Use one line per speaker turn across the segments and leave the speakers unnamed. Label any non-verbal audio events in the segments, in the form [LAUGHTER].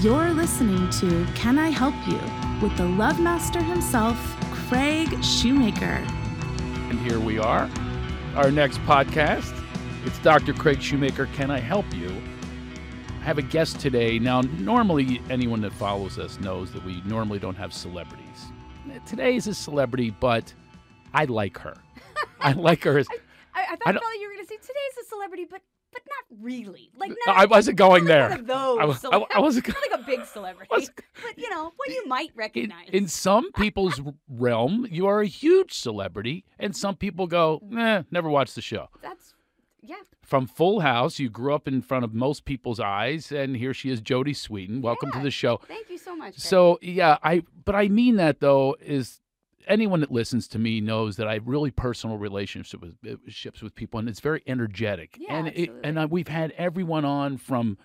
You're listening to Can I Help You with the Love Master himself, Craig Shoemaker.
And here we are, our next podcast. It's Dr. Craig Shoemaker. Can I help you? I have a guest today. Now, normally, anyone that follows us knows that we normally don't have celebrities. Today is a celebrity, but I like her.
[LAUGHS]
I like her. As,
I, I
I
thought
don't-
Kelly, you were going to say today's a celebrity, but but not really. Like not,
I wasn't going
not
there.
One of those.
I was- I-
celeb-
I
[LAUGHS]
wasn't
not like a big celebrity,
wasn't-
but you know what you might
In,
recognize.
in
[LAUGHS]
some people's realm, you are a huge celebrity, and some people go, eh, never watch the show.
That's yeah.
From Full House, you grew up in front of most people's eyes, and here she is, Jodie Sweetin. Welcome to
Yeah.
the show.
Thank you so much. Craig.
So yeah, I but I mean that though is anyone that listens to me knows that I have really personal relationship with eh, ships with people, and it's very energetic.
Yeah,
and
absolutely.
and I, we've had everyone on from.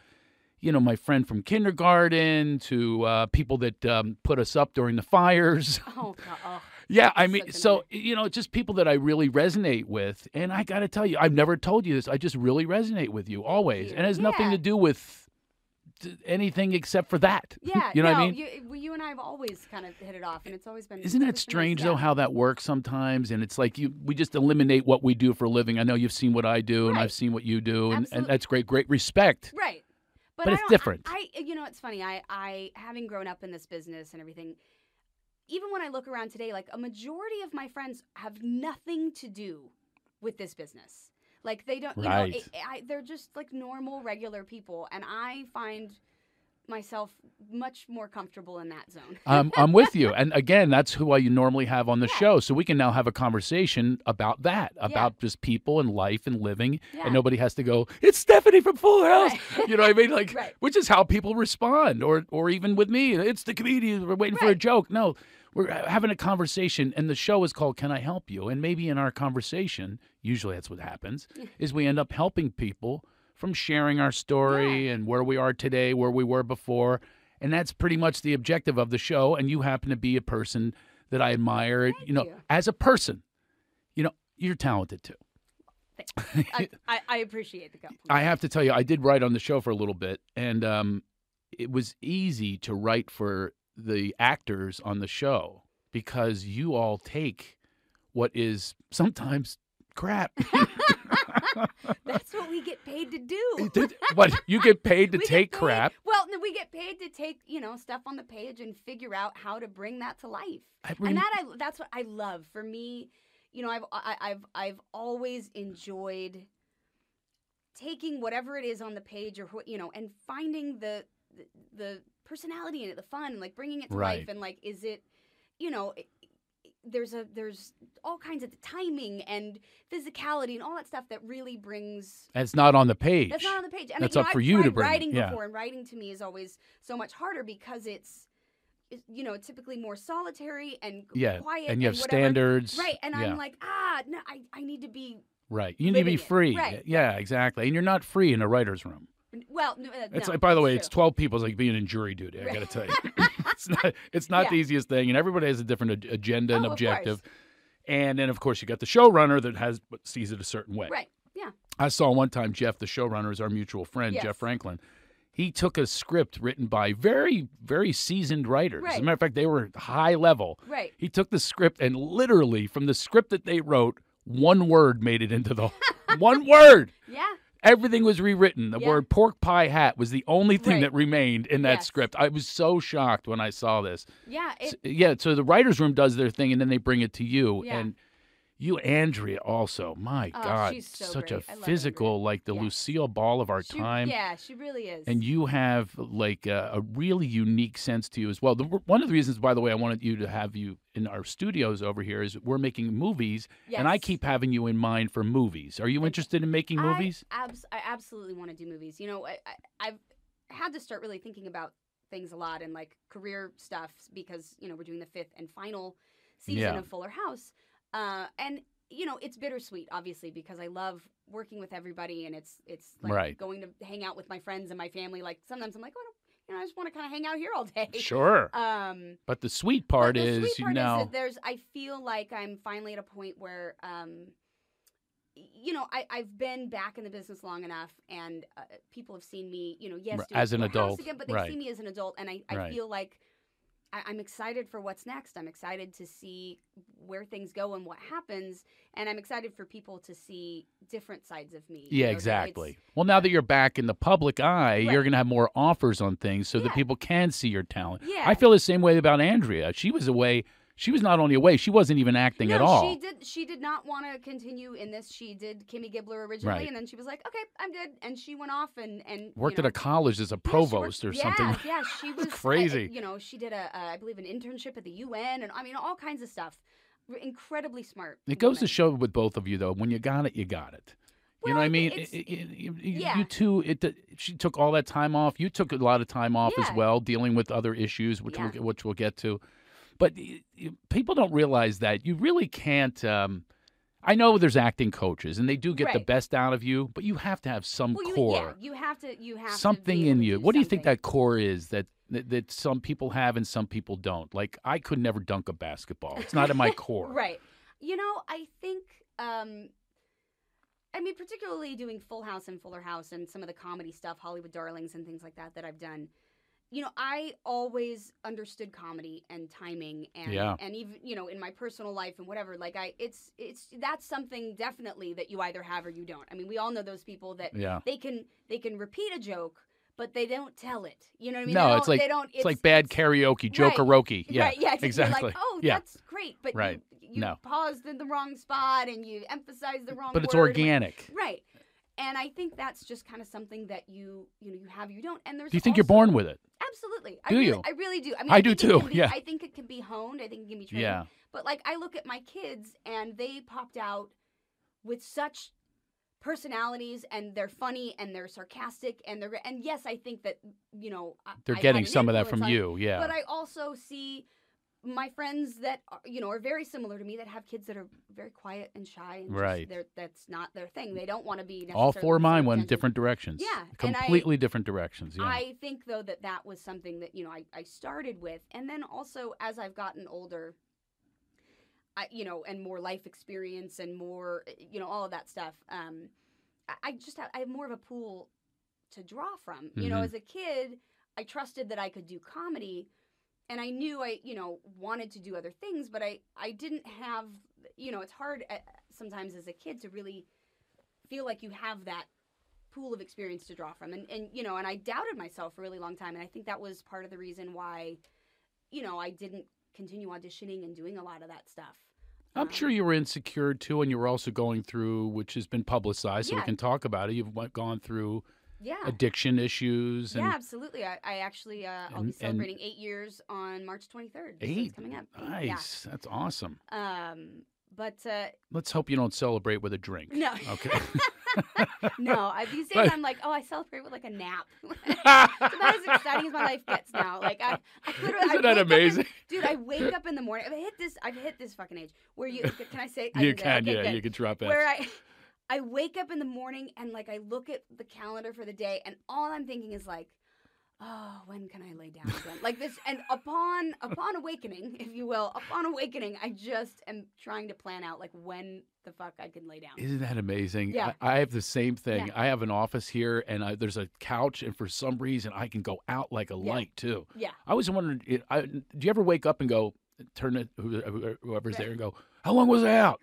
You know, my friend from kindergarten to uh, people that um, put us up during the fires.
oh, God, oh.
Yeah, I
Such
mean,
an
so you know, just people that I really resonate with, and I got to tell you, I've never told you this. I just really resonate with you always,
you.
and it has nothing to
Yeah.
do with t- anything except for that.
yeah.
[LAUGHS] [LAUGHS] you know
no,
what I mean?
You, well, you and I have always kind of hit it off, and it's always been.
Isn't
it's
that
always been nice,
strange
yeah.
though how that works sometimes? And it's like you, we just eliminate what we do for a living. I know you've seen what I do, and
Right.
I've seen what you do, and, and
Absolutely.
that's great. Great respect.
Right. But,
But
I
it's
don't-
different.
I, I you know it's funny. I I having grown up in this business and everything even when I look around today like a majority of my friends have nothing to do with this business. Like they don't
Right.
you know it, I, they're just like normal regular people and I find myself much more comfortable in that
[LAUGHS]
zone.
I'm, I'm with you. And again, that's who I normally have on the
Yeah.
show. So we can now have a conversation about that, about just people and life and living.
Yeah.
And nobody has to go, it's Stephanie from Full House.
Right.
You know what I mean? Like,
[LAUGHS] Right.
which is how people respond, or, or even with me, it's the comedian. We're waiting for a
Right.
joke. No, we're uh, having a conversation. And the show is called Can I Help You? And maybe in our conversation, usually that's what happens, is we end up helping people from sharing our story and where we are today, where we were before. And that's pretty much the objective of the show. And you happen to be a person that I admire, you know,
you.
as a person. You know, you're talented too.
I, I, I appreciate the compliment.
I have to tell you, I did write on the show for a little bit, and um, it was easy to write for the actors on the show because you all take what is sometimes
[LAUGHS]
crap.
That's what we get paid to do.
but you get paid to
We get
take
paid-
crap.
Well, no, we get paid to take you know stuff on the page and figure out how to bring that to life.
I rem-
and that I that's what I love. For me, you know, I've I, I've I've always enjoyed taking whatever it is on the page or wh- you know and finding the the, the personality in it, the fun, like bringing it to
Right.
life, and like is it you know. i there's a there's all kinds of timing and physicality and all that stuff that really brings
That's not on the page.
that's not on the page. And
That's
you
up
know,
for
I've
you to
tried
bring it,
Writing
yeah.
before and writing to me is always so much harder because it's, it- you know, typically more solitary and
yeah,
quiet.
and you have
whatever.
standards.
Right, and
yeah.
I'm like, ah, no, I, I need to be
Right. You need to be
living it.
free.
Right.
Yeah, exactly. And you're not free in a writer's room.
well. No, uh,
It's
no,
like, by the way,
true.
it's 12 people. It's like being in jury duty. I
Right.
got to tell you. [LAUGHS] it's not, it's not the
Yeah.
easiest thing. And everybody has a different ag- agenda and
Oh, of course.
objective. And then, of course, you got the showrunner that has sees it a certain way.
right. Yeah,
I saw one time Jeff, the showrunner, is our mutual friend,
Yes.
Jeff Franklin. He took a script written by very, very seasoned writers. As a
Right.
matter of fact, they were high level.
right.
He took the script and literally from the script that they wrote, one word made it
[LAUGHS]
into the one word.
Yeah,
Everything was rewritten. The
Yeah.
word pork pie hat was the only thing
Right.
that remained in that
Yes.
script. I was so shocked when I saw this.
yeah. It,
S- yeah, so the writers room does their thing and then they bring it to you
Yeah.
and you Andrea also. My
Oh,
god,
she's so
such
great. I
a
love Andrea.
physical like the
Yeah.
Lucille Ball of our
she,
time.
Yeah, she really is.
And you have like a, a really unique sense to you as well. The, one of the reasons, by the way, I wanted you to have you in our studios over here is we're making movies, and I
Yes.
keep having you in mind for movies. Are you interested in making movies?
I, abs- I absolutely want to do movies. You know, I, I, I've had to start really thinking about things a lot and like career stuff because you know we're doing the fifth and final season
Yeah.
of Fuller House, uh, and you know it's bittersweet, obviously, because I love working with everybody and it's it's like
Right.
going to hang out with my friends and my family. Like sometimes I'm like, oh, you know, I just want to kind of hang out here all day.
Sure.
Um,
But the sweet
but
part
the
is
sweet
you
part
know
that there's I feel like I'm finally at a point where um you know, I, I've been back in the business long enough, and uh, people have seen me. You know, yes,
Right,
do it
as an
for a house
adult,
again, but they
right.
see me as an adult, and I, I
Right.
feel like I, I'm excited for what's next. I'm excited to see where things go and what happens, and I'm excited for people to see different sides of me. you
Yeah,
know, that
exactly.
it's-
Well, now that you're back in the public eye,
Right.
you're going to have more offers on things so that
Yeah.
people can see your talent. I
Yeah.
feel the same way about Andrea. She was away. She was not only away, she wasn't even acting
no,
at all.
she did. She did not want to continue in this. She did Kimmy Gibbler originally,
Right.
and then she was like, "Okay, I'm good," and she went off and and you
Worked at
know,
a college as a
Yeah, she worked-
provost or
yeah,
something.
Yeah,
[LAUGHS]
she was I-
crazy.
you know, she did a, a, I believe, an internship at the UN, and I mean, all kinds of stuff. R- Incredibly smart.
It goes to
woman.
show with both of you though, when you got it, you got it. you know
Well,
what I
I
mean?
think it's-
It- it- you- you-
yeah.
You two, it. She took all that time off. You took a lot of time off as
Yeah.
well, dealing with other issues, which
Yeah.
we'll, which we'll get to. But y- y- people don't realize that you really can't. Um, I know there's acting coaches, and they do get the
Right.
best out of you, but you have to have some
Well, you,
core,
Yeah, you have to. You have to
something
be able
in
to
you. What do you think
something.
that core is that? That that some people have and some people don't. Like I could never dunk a basketball. It's not in
[LAUGHS]
my core.
Right. You know, I think. um I mean, particularly doing Full House and Fuller House and some of the comedy stuff, Hollywood Darlings and things like that that I've done. You know, I always understood comedy and timing and
Yeah.
and even you know in my personal life and whatever. Like I, it's it's that's something definitely that you either have or you don't. I mean, we all know those people that
Yeah.
they can they can repeat a joke, but they don't tell it. You know what I mean?
No,
they don't,
it's like-
they don't. It's,
It's, like bad karaoke,
right.
jokeroki. Yeah,
right, yeah, it's-
exactly.
You're like, oh,
yeah,
that's great, but
Right.
you, you
No.
paused in the wrong spot and you emphasized the wrong.
but it's
word, like-
organic.
right? And I think that's just kind of something that you you know you have you don't. And there's
Do you think you're
also-
born with it?
Absolutely, I
Do
really,
you?
I really do. I mean,
I do
think it
too,
can be-
yeah.
I think it can be honed. I think it can be trained.
Yeah,
But like I look at my kids and they popped out with such personalities and they're funny and they're sarcastic and they're and yes I think that you know I-
they're
I had
getting
an
some of that
influence
from
on it,
you. Yeah,
but I also see my friends that are, you know are very similar to me that have kids that are very quiet and shy and just
Right.
they're, that's not their thing. They don't want to be
all
necessarily
four of
the
mine
center of
went
attention.
different directions.
Yeah, and I-
completely different directions. Yeah,
I think though that that was something that you know I, I started with, and then also as I've gotten older, I you know, and more life experience and more eh, you know all of that stuff. Um, I, I just have I have more of a pool to draw from. You know,
Mhm.
as a kid, I trusted that I could do comedy, and I knew I you know wanted to do other things, but I I didn't have you know it's hard uh, sometimes as a kid to really feel like you have that pool of experience to draw from and, and you know and i doubted myself for a really long time and i think that was part of the reason why you know i didn't continue auditioning and doing a lot of that stuff
I'm
Um,
sure you were insecure too, and you were also going through, which has been publicized, so we
Yeah.
can talk about it. You've went- gone through
yeah
addiction issues and
yeah absolutely i, I actually uh,
And-
i'll be
and-
celebrating eight years on march 23rd so it's
Eight?
coming up Eight,
nice. That's awesome.
yeah. um but uh
Let's hope you don't celebrate with a drink.
no [LAUGHS]
Okay.
no
[LAUGHS]
I, these days
But-
i'm like oh i celebrate with like a nap [LAUGHS] it's about as exciting as my life gets now like
[LAUGHS]
i, I literally
Isn't
I
that
wake up and-
amazing?
Dude, I wake up in the morning. I've hit this. I've hit this fucking age
[LAUGHS]
where you can I say I
You
do
can,
that? Okay,
yeah,
good.
you can drop
Where
it.
I, I [LAUGHS] wake up in the morning and like I look at the calendar for the day, and all I'm thinking is like, oh, when can I lay down again? like this. And upon upon awakening, [LAUGHS] if you will, upon awakening, I just am trying to plan out like when the fuck I can lay down.
Isn't that amazing?
Yeah.
I, I have the same thing.
Yeah.
I have an office here, and I, there's a couch, and for some reason, I can go out like a
Yeah.
light too.
yeah,
I was wondering, it- I, do you ever wake up and go, turn it, who- who- whoever's
Right.
there, and go, how long was I out?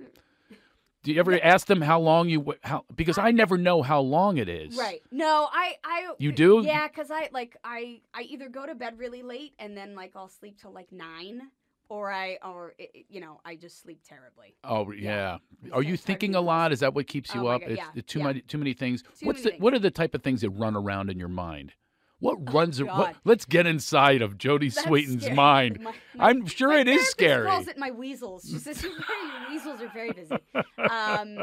Do you ever ask them how long you, wa- how, because I never know how long it is.
right. No, I I
You do?
Yeah, because I like I I either go to bed really late and then like I'll sleep till like nine, or I or i- i- you know I just sleep terribly.
Oh yeah.
Yeah.
Are you
It's hard to
thinking
do
a
those. [LAUGHS]
lot? Is that what keeps you
Oh my
up?
God,
it's
yeah,
the too
yeah.
many too many things.
Too
What's
many Oh,
the, what are the type of things that run around in your mind? What runs? what,
God.
let's get inside of Jody
That's
Sweeten's
scary.
mind.
My- my-
I'm sure
my
it is
therapist
scary.
calls it my weasels. She says [LAUGHS] your your weasels are very busy. Um,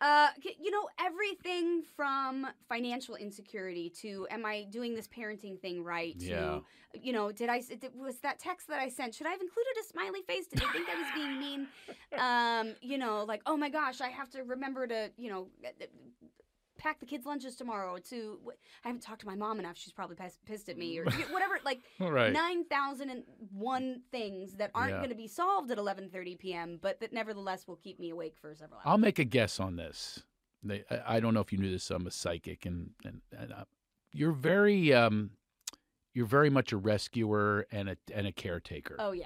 uh, c- you know everything from financial insecurity to am I doing this parenting thing right?
Yeah.
To, you know, did I s- did- was that text that I sent? Should I have included a smiley face? Did they think I was being mean? Um, you know, like oh my gosh, I have to remember to you know uh, pack the kids' lunches tomorrow. To wh- I haven't talked to my mom enough. She's probably pissed, pissed at me or you know, whatever. Like
All right.
nine thousand and one things that aren't
Yeah.
going to be solved at eleven thirty p.m., but that nevertheless will keep me awake for several hours.
I'll make a guess on this. They, I, I don't know if you knew this. I'm a psychic, and and, and uh, you're very um, you're very much a rescuer and a and a caretaker.
oh yeah,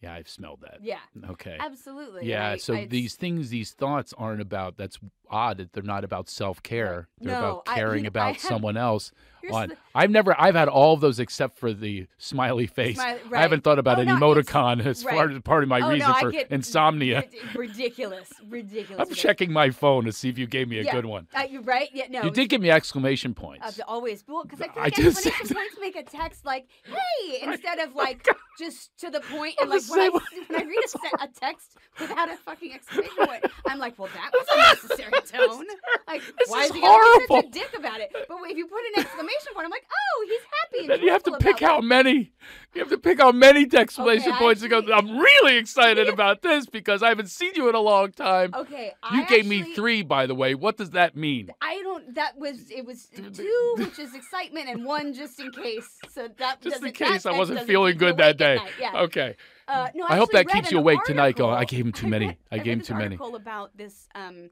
Yeah, I've smelled that.
yeah,
Okay.
absolutely. and
Uh, yeah.
I-
so
I- it's-
these things, these thoughts aren't about. That's odd that they're not about self care. They're
No,
about
I- you
caring
know, I
about
had-
someone
[LAUGHS]
else.
here's
On
the-
I've never. I've had all of those except for the smiley face.
Smile-
I
right.
haven't thought about
Oh,
an
no, it's-
emoticon as
right.
far as part of my
Oh, no,
reason
I
for
get-
insomnia.
Rid- ridiculous, ridiculous.
I'm
with it.
checking my phone to see if you gave me a
Yeah.
good one.
Uh, you're right. Yeah, no.
You did give me exclamation points.
Uh, the- always, well, because I feel
I
like
just
explanation [LAUGHS]
said- Oh
points make a text like
[LAUGHS]
"Hey" instead of like just to the point,
I'm
and like
the
when I,
same
when I read a, se- a text without a fucking exclamation point, I'm like, well, that was
[LAUGHS]
unnecessary tone. Like,
This
why
is
is he gotta be such
horrible.
a dick about it? But if you put an exclamation point, I'm like, oh, he's happy. And
Then you have to
joyful
pick
about
how many. You have to pick how many exclamation
I
points to go.
actually-
I'm really excited about this because I haven't seen you in a long time.
it." Okay,
you
I
gave me
Oh, actually-
three, by the way. What does that mean?
I don't. That was it was two, which is excitement, and one just in case. So that
Just in
doesn't- that
case I
text
wasn't
doesn't
feeling
keep me
good that
awake at
day.
night, Yeah.
Okay.
Uh, no,
Mm. I hope
actually
that
read
keeps you
an
awake tonight going,
article-
I gave him too
[LAUGHS] I
many.
read-
I gave him
read this
too many.
Article about this, um,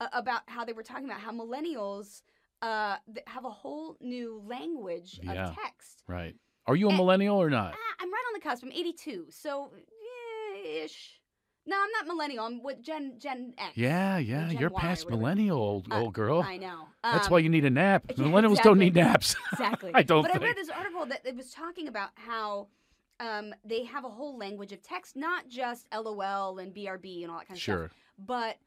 uh, about how they were talking about how millennials uh, th- have a whole new language
Yeah.
of text.
Right. Are you a
And-
millennial or
Ah,
not?
I'm right on the cusp. I'm 82, so yeah, ish. No, I'm not millennial. I'm what Gen Gen X.
Yeah, yeah.
Gen
You're
Y,
past
whatever.
millennial, old,
Uh,
old girl.
I know.
That's
Um,
why you [LAUGHS] need a nap.
[LAUGHS] yeah,
Millennials don't
exactly.
need naps.
exactly.
I don't
But I
think.
read this article that it was talking about how um, they have a whole language of text, not just LOL and BRB and all that kind of stuff.
[LAUGHS] Sure.
but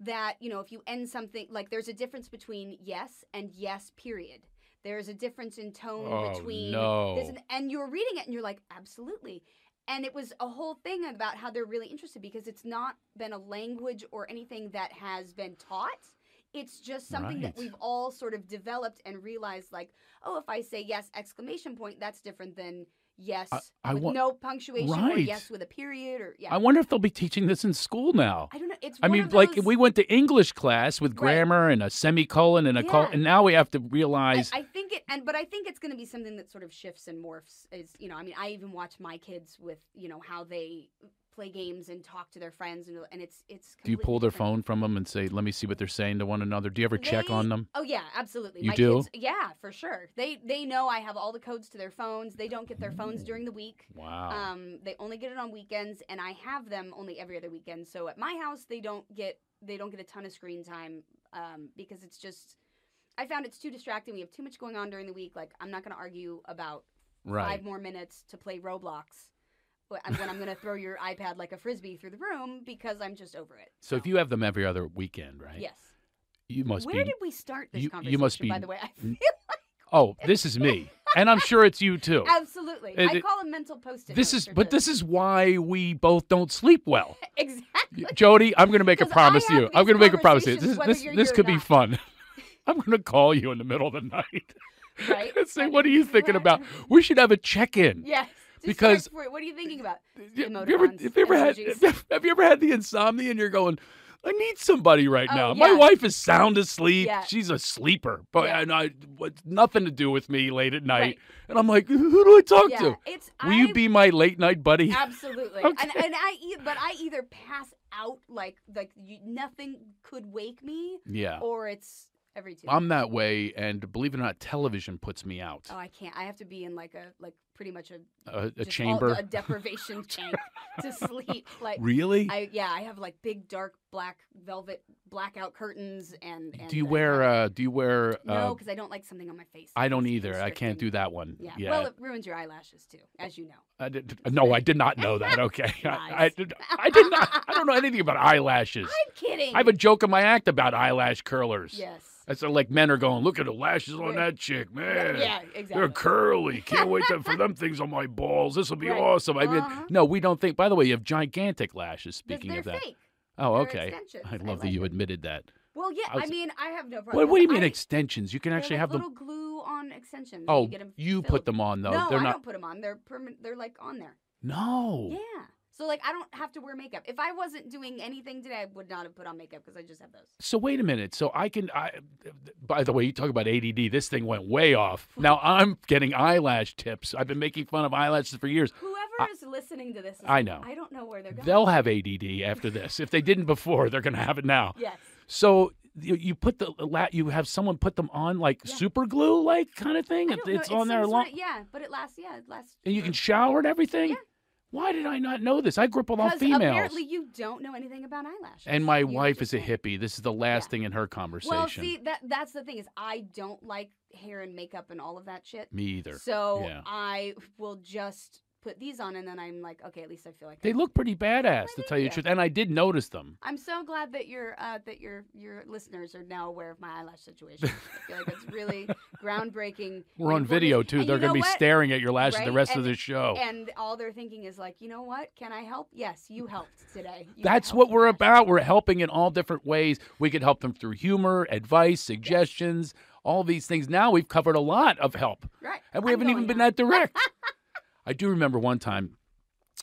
that you know if you end something like there's a difference between yes and yes period there's a difference in tone
Oh,
between
no.
this and, and you're reading it and you're like absolutely and it was a whole thing about how they're really interested because it's not been a language or anything that has been taught it's just something that
Right.
we've all sort of developed and realized like oh if i say yes exclamation point that's different than yes
I
with
wa-
no punctuation or
Right.
yes with a period or yeah
I wonder if they'll be teaching this in school now.
I don't know it's
I
one
mean,
of
like
those-
we went to English class with grammar and a semicolon and a col,
Yeah.
and now we have to
I-
realize.
I, think it, and but I think it's going to be something that sort of shifts and morphs. Is you know, I mean, I even watch my kids with you know how they play games and talk to their friends, and, and it's it's.
do you pull their
completely different.
phone from them and say, "Let me see what they're saying to one another"? Do you ever check
They-
on them?
Oh yeah, absolutely.
You
my
do?
Kids, yeah, for sure. They they know I have all the codes to their phones. They don't get their phones during the week.
Wow.
Um, they only get it on weekends, and I have them only every other weekend. So at my house, they don't get they don't get a ton of screen time um, because it's just I found it's too distracting. We have too much going on during the week. Like I'm not going to argue about
right.
five more minutes to play Roblox wh- and when I'm going to throw your iPad like a frisbee through the room because I'm just over it.
So if you have them every other weekend, right?
yes,
You must
where
be.
did we start this
you-
conversation?
you must
by
be-
the way. I [LAUGHS] feel
oh, this is
[LAUGHS]
me, and I'm sure it's you too.
absolutely.
oh. It-
I
it-
call them mental post-it.
This
notes
is,
or
but
just-
this is why we both don't sleep
[LAUGHS]
well.
exactly.
[LAUGHS] Jody, I'm going to make a
'Cause I
promise to
have
you.
these
I'm going to make a promise to you. This
conversations
this
whether you're
this
here or
could be
not. [LAUGHS]
fun. [LAUGHS] I'm going to call you in the middle of the night
Right.
and [LAUGHS] say,
Right.
"What are you thinking
Where-
about? We should have a check-in."
Yes. Just
Because-
search for it. what are you thinking about?
Yeah, Have you, ever,
Emoticons,
have you ever had
emojis.
have you ever had the insomnia and you're going, I need somebody right
Oh,
now. My
yeah.
wife is sound asleep.
Yeah.
She's a sleeper, but
Yeah.
and I what, nothing to do with me late at night.
Right.
And I'm like, who do I talk
yeah,
to? Will
it's
you
I-
be my late night buddy? [LAUGHS]
[LAUGHS] absolutely?
Okay.
And and I e- but I either pass out like like you, nothing could wake me,
yeah,
or it's every 2
I'm that way, and believe it or not, television puts me out.
Oh, I can't. I have to be in like a like pretty much a
a, a
just all-
chamber. [LAUGHS]
a deprivation chamber to sleep. Like
really?
I yeah, I have like big dark black velvet blackout curtains and. and
do you
I-
wear? Uh, do you wear? Uh,
no, because I don't like something on my face.
I don't
It's
either. I can't do
constricting.
that one.
Yeah. Well, it ruins your eyelashes too, as you know.
I did, no, I did not know that.
[LAUGHS]
Okay, I, I,
Lies.
did, I did not. I don't know anything about eyelashes.
I'm kidding.
I have a joke in my act about eyelash curlers.
yes.
I said, like men are going, look at the lashes on
Right.
that chick,
Yeah,
man.
exactly.
They're curly. Can't wait to, for them things on my balls. This will be
Right.
awesome. I mean,
Uh-huh.
no, we don't think. By the way, you have gigantic lashes.
Because
Speaking of
they're
that,
fake.
oh,
They're
okay.
extensions.
I
I
love that
like
you
it.
admitted that.
Well, yeah.
I
I,
was-
mean, I have no problem.
What, what do you mean
I,
extensions? You can
they're
actually
like
have them.
little glue on extensions.
Oh,
and you, get 'em
you
filled.
put them on though.
No,
they're
I
not.
don't put them on. They're permanent. They're like on there.
No.
Yeah. So like I don't have to wear makeup. If I wasn't doing anything today, I would not have put on makeup because I just have those.
So wait a minute. So I can. I, by the way, you talk about ADD. This thing went way
[LAUGHS]
off. Now I'm getting eyelash tips. I've been making fun of eyelashes for years.
Whoever is listening to this, is
I
like,
know.
I don't know where they're going.
They'll have ADD after this. If they didn't before, they're going to have it now. [LAUGHS]
yes.
So you, you put the la- you have someone put them on like
Yeah.
super glue like kind of thing.
I
It-
don't know,
it's on
some
there
sort
long,
of- Yeah, but it lasts. Yeah, it lasts.
and you can shower and everything.
Yeah.
Why did I not know this? I grew up with all
Because
females.
apparently you don't know anything about eyelashes.
and my
You
wife is
just
a
don't.
hippie. This is the last
Yeah.
thing in her conversation.
Well, see that that's the thing is I don't like hair and makeup and all of that shit.
Me either.
So
Yeah.
I will just put these on, and then I'm like, okay, at least I feel like
They look pretty badass, to
thank
tell you
you.
the truth. And I did notice them.
I'm so glad that your uh, that your your listeners are now aware of my eyelash situation. I feel like
[LAUGHS]
it's really groundbreaking.
We're on
informative.
video too.
And
They're
you know
going to be
what?
staring at your lashes the
Right?
rest of
And-
the show.
And all they're thinking is like, you know what? Can I help? Yes, you helped today. You
That's
helped
what we're
with that.
about. We're helping in all different ways. We could help them through humor, advice, suggestions, all these things. Now we've covered a lot of help,
Right.
and we
I'm
haven't even
going
been
now.
that
[LAUGHS]
direct. I do remember one time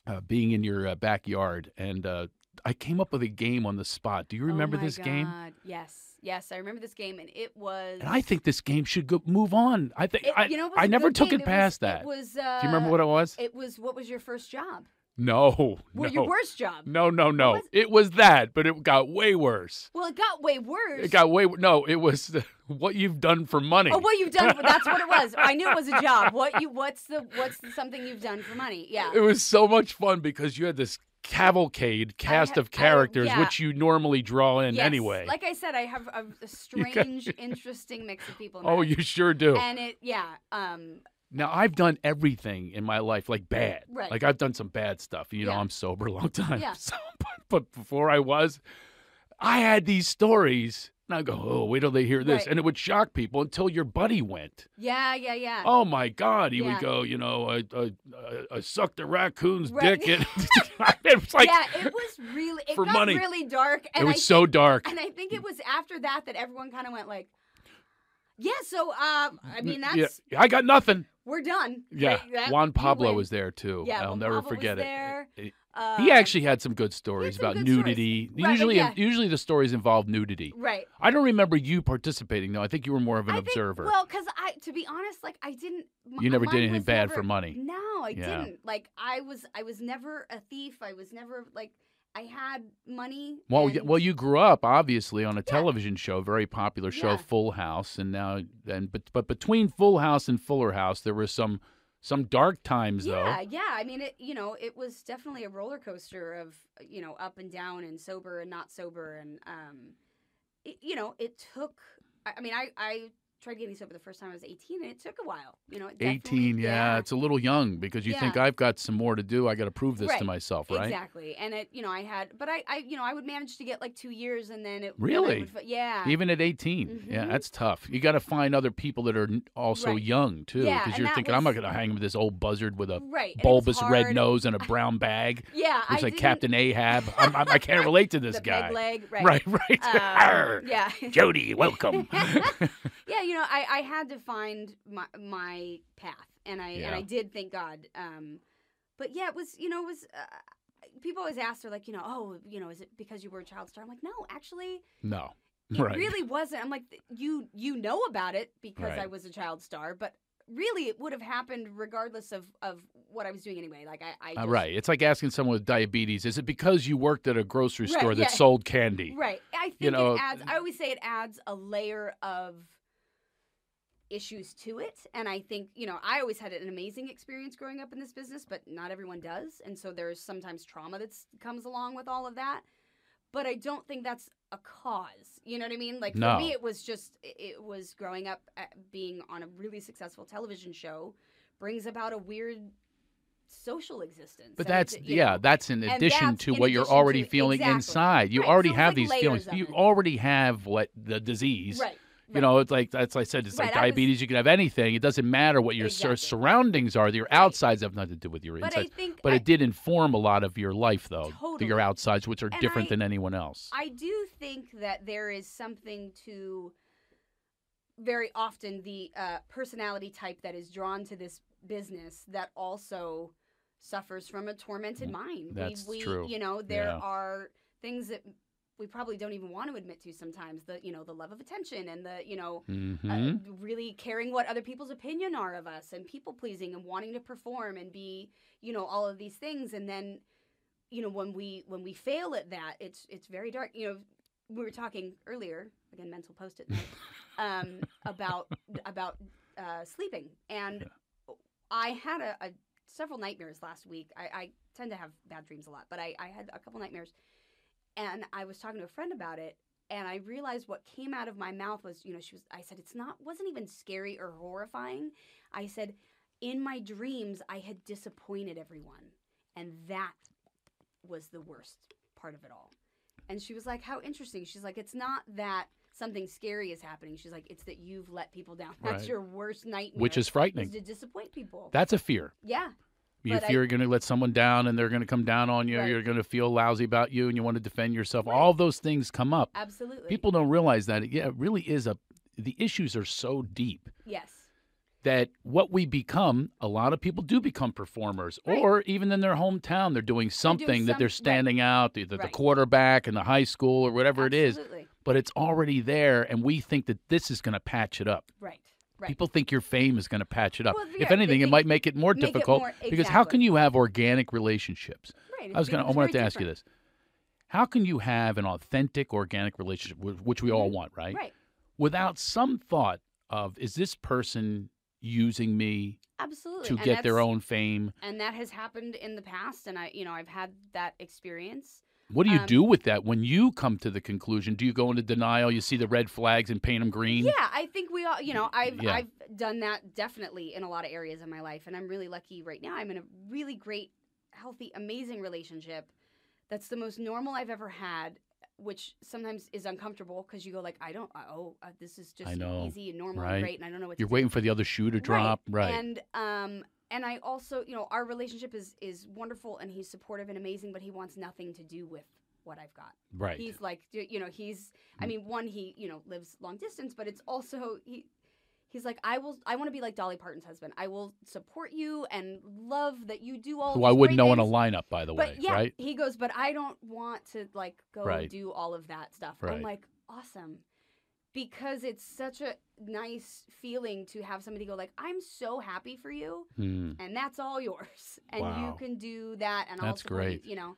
uh, being in your uh, backyard, and uh, I came up with a game on the spot. Do you remember
oh my
this game?
God. Yes, yes, I remember this game, and it was.
And I think this game should go, move on. I think
it-
I,
you know, it was
I
a
never
good
took
game.
it
was-
past that.
It was. Uh,
do you remember what it was?
It was. What was your first job?
no, [LAUGHS] no.
Well, your worst job.
No, no, no.
was-
It was that, but it got way worse.
Well, it got way worse.
It got way no. It was [LAUGHS] what you've done for money.
Oh, what you've done? For, that's what it was. I knew it was
[LAUGHS]
a job. What you? What's the? What's the, something you've done for money? Yeah.
It was so much fun because you had this cavalcade cast
ha-
of characters,
I- yeah.
which you normally draw in
Yes.
anyway.
Like I said, I have a,
[LAUGHS]
a strange, interesting mix of people. in
oh,
my
you
life.
sure do.
And it, yeah. Um.
now I've done everything in my life, like bad.
Right.
Like I've done some bad stuff. You know,
Yeah.
I'm sober a long [LAUGHS] time.
Yeah.
So, but, but before I was, I had these stories. And I go, oh, wait till they hear this,
Right.
and it would shock people until your buddy went.
Yeah. Yeah. Yeah.
Oh my God! He would
Yeah.
go, you know, I, I, I- I sucked a raccoon's
Right. [LAUGHS]
dick, and [LAUGHS] it was like
yeah. It was really. It
for
got
money.
really dark. And
it was
I
so dark.
And I think it was after that that everyone kind of went like, "Yeah, so uh, I mean that's
yeah, I got nothing.
we're done."
Yeah,
Like, that-
Juan
you
Pablo
win.
was there too.
Yeah,
I'll
Juan
never
Pablo was
forget it.
there.
it.
Uh,
He actually had some good stories
some
about
good stories.
nudity.
Right,
Usually,
yeah.
usually the stories involve nudity.
right.
I don't remember you participating though. I think you were more of an
I think-
observer.
well, because I, to be honest, like I didn't. m-
You never did
mine
anything
was
bad
never-
for money.
No, I
Yeah.
didn't. Like I was, I was never a thief. I was never like I had money.
Well, y-
and-
well, you grew up obviously on a television show, very popular show,
Yeah.
Full House, and now and but but between Full House and Fuller House, there were some some dark times
Yeah,
though.
yeah. I mean, it you know, it was definitely a roller coaster of uh, you know up and down and sober and not sober and um, it, you know, it took. I, I mean, I I tried getting sober the first time I was eighteen, and it took a while. You know, it definitely-
Eighteen, yeah, it's a little young because you think
Yeah.
I've got some more to do. I got to prove this to
Right.
myself, right?
exactly. And it you know, I had, but I I you know, I would manage to get like two years, and then it then I
Really?
would fi- yeah.
Even at 18, yeah,
Mhm.
that's tough. You got to find other people that are n- also
Right.
young too,
Yeah,
because
and
you're
that
thinking I'm not
was-
going to hang with this old buzzard with a
Right, and it was
bulbous red
hard.
nose
[LAUGHS]
and a brown bag.
Yeah, I
Looks like
didn't-
Captain Ahab. I'm, I'm, I can't relate
[LAUGHS]
to this
the
guy.
peg leg,
[LAUGHS]
right?
right, right. Arr! [LAUGHS]
Um, yeah,
Jody, welcome.
[LAUGHS] yeah, you know, I, I had to find my my path, and I
Yeah.
and I did, thank God. Um, but yeah, it was you know it was uh, people always ask her like you know oh you know is it because you were a child star? I'm like no, actually,
[LAUGHS] no,
it
right.
really wasn't. I'm like you you know about it because I
Right.
was a child star, but really it would have happened regardless of of what I was doing anyway. Like I, I
Uh,
just-
right. It's like asking someone with diabetes, is it because you worked at a grocery
Right,
store that
yeah.
sold candy?
Right. I think
know,
it adds I always say it adds a layer of issues to it and I think, you know, I always had an amazing experience growing up in this business, but not everyone does, and so there's sometimes trauma that comes along with all of that. But I don't think that's a cause. You know what I mean? Like
No.
for me it was just it- it was growing up uh being on a really successful television show brings about a weird social existence.
But
I mean,
that's
th- you know?
yeah, that's in
And
addition
that's
to
in
what you're
addition to
already
it.
feeling
Exactly.
inside. You
Right,
already
so it's
have
like
these
layers
feelings.
of
You
it.
already have what the disease.
Right.
You
right.
know, it's like that's like I said, it's like
Right, I was-
diabetes. you can have anything. It doesn't matter what your sur-
Exactly.
surroundings are. Your outsides have nothing to do with your
but
insides.
I think
but
I-
it did inform a lot of your life, though. to Your
Totally.
outsides, which are
And
different
I-
than anyone else.
I do think that there is something to very often the uh, personality type that is drawn to this business that also suffers from a tormented mind.
Mm, That's
we, we,
true.
You know, there
Yeah.
are things that we probably don't even want to admit to sometimes. The you know the love of attention and the you know
Mm-hmm.
uh, really caring what other people's opinion are of us and people pleasing and wanting to perform and be you know all of these things and then you know when we when we fail at that it's it's very dark you know we were talking earlier again mental post-it note, um about about uh, sleeping and i had a, a several nightmares last week I, I tend to have bad dreams a lot but I, I had a couple nightmares and i was talking to a friend about it and I realized what came out of my mouth was, you know, she was. I said it's not wasn't even scary or horrifying. I said, in my dreams, I had disappointed everyone, and that was the worst part of it all. And she was like, how interesting. She's like, it's not that something scary is happening. She's like, it's that you've let people down. [LAUGHS] That's
Right.
your worst nightmare,
Which is frightening.
to disappoint people.
That's a fear.
yeah,
If
But I-
you're going to let someone down and they're going to come down on you,
Right.
you're going to feel lousy about you and you want to defend yourself. All those things come up.
absolutely.
People don't realize that. Yeah, it really is a. The issues are so deep
yes,
that what we become, a lot of people do become performers,
Right.
or even in their hometown, they're doing something that
some-
they're
right.
standing out, either the
Right.
quarterback in the high school or whatever it is.
absolutely.
But it's already there, and we think that this is going to patch it up.
Right, right.
People think your fame is going to patch it up.
Well, yeah,
if
they
anything, it
think-
might make it more
make it
difficult
more-
because how can
exactly.
you have organic relationships?
right.
I was going to I wanted to ask you
this.
this. How can you have an authentic organic relationship wh- which we all want, right?
Mm-hmm. Right,
Without some thought of is this person using me
absolutely.
to
And
get their
that's-
own fame?
and that has happened in the past and i you know i've had that experience
What do you
um,
do with that when you come to the conclusion? Do you go into denial, you see the red flags and paint them green?
yeah i think we all you know i've
Yeah.
i've done that definitely in a lot of areas of my life and i'm really lucky right now i'm in a really great healthy amazing relationship that's the most normal i've ever had which sometimes is uncomfortable because you go like i don't oh uh, this is just
know,
easy and normal
right.
and great and i don't know what to
You're
do.
waiting for the other shoe to drop, right?
And um and I also, you know, our relationship is is wonderful and he's supportive and amazing, but he wants nothing to do with what I've got.
right. Mm.
He's like, d- you know, he's I mean, one he, you know, lives long distance, but it's also he he's like I will I want to be like Dolly Parton's husband. I will support you and love that you do all
Who I
these
wouldn't
great
know in a
things."
lineup, by the way,
But yeah,
right?
he goes, but I don't want to like go
Right.
and do all of that stuff.
Right.
I'm like, awesome. Because it's such a nice feeling to have somebody go like, I'm so happy for you
Hmm.
and that's all yours. [LAUGHS] And
Wow.
you can do that and I'll
That's
support
great. Uh,
You, you know.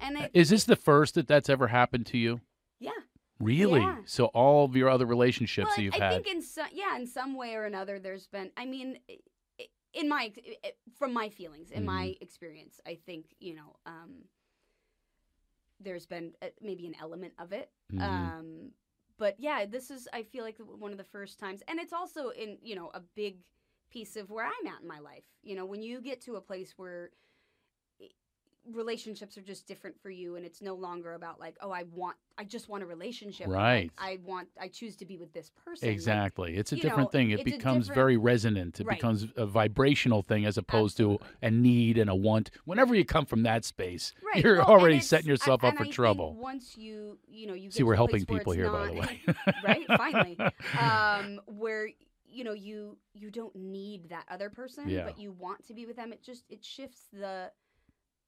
And it,
Is this the first that that's ever happened to you?
yeah.
Really?
Yeah.
So all of your other relationships
Well,
that
I,
you've
I
had.
think uh, in some yeah, in some way or another there's been I mean i- i- in my ex- i- i- from my feelings, in my
Mm-hmm.
experience, I think, you know, um there's been uh, maybe an element of it
Mhm.
Um, but yeah, this is I feel like one of the first times, and it's also in you know a big piece of where I'm at in my life. You know, when you get to a place where i- relationships are just different for you, and it's no longer about like, oh, I want, I just want a relationship. Like,
Right.
I want, I choose to be with this person. Like,
exactly. It's a
you
different
know,
thing. It
it's a
becomes
different-
very resonant. It
Right.
becomes a vibrational thing as opposed [LAUGHS] to a need and a want. Whenever you come from that space,
Right.
you're
well, and
already
it's-
setting yourself
I-
up
and
for
I think
trouble.
once you, you know, you
See,
get
we're
to a place
helping
where
people
it's
here,
not,
by the way.
[LAUGHS] right? Finally, um, where you know you you don't need that other person,
Yeah.
but you want to be with them. It just it shifts the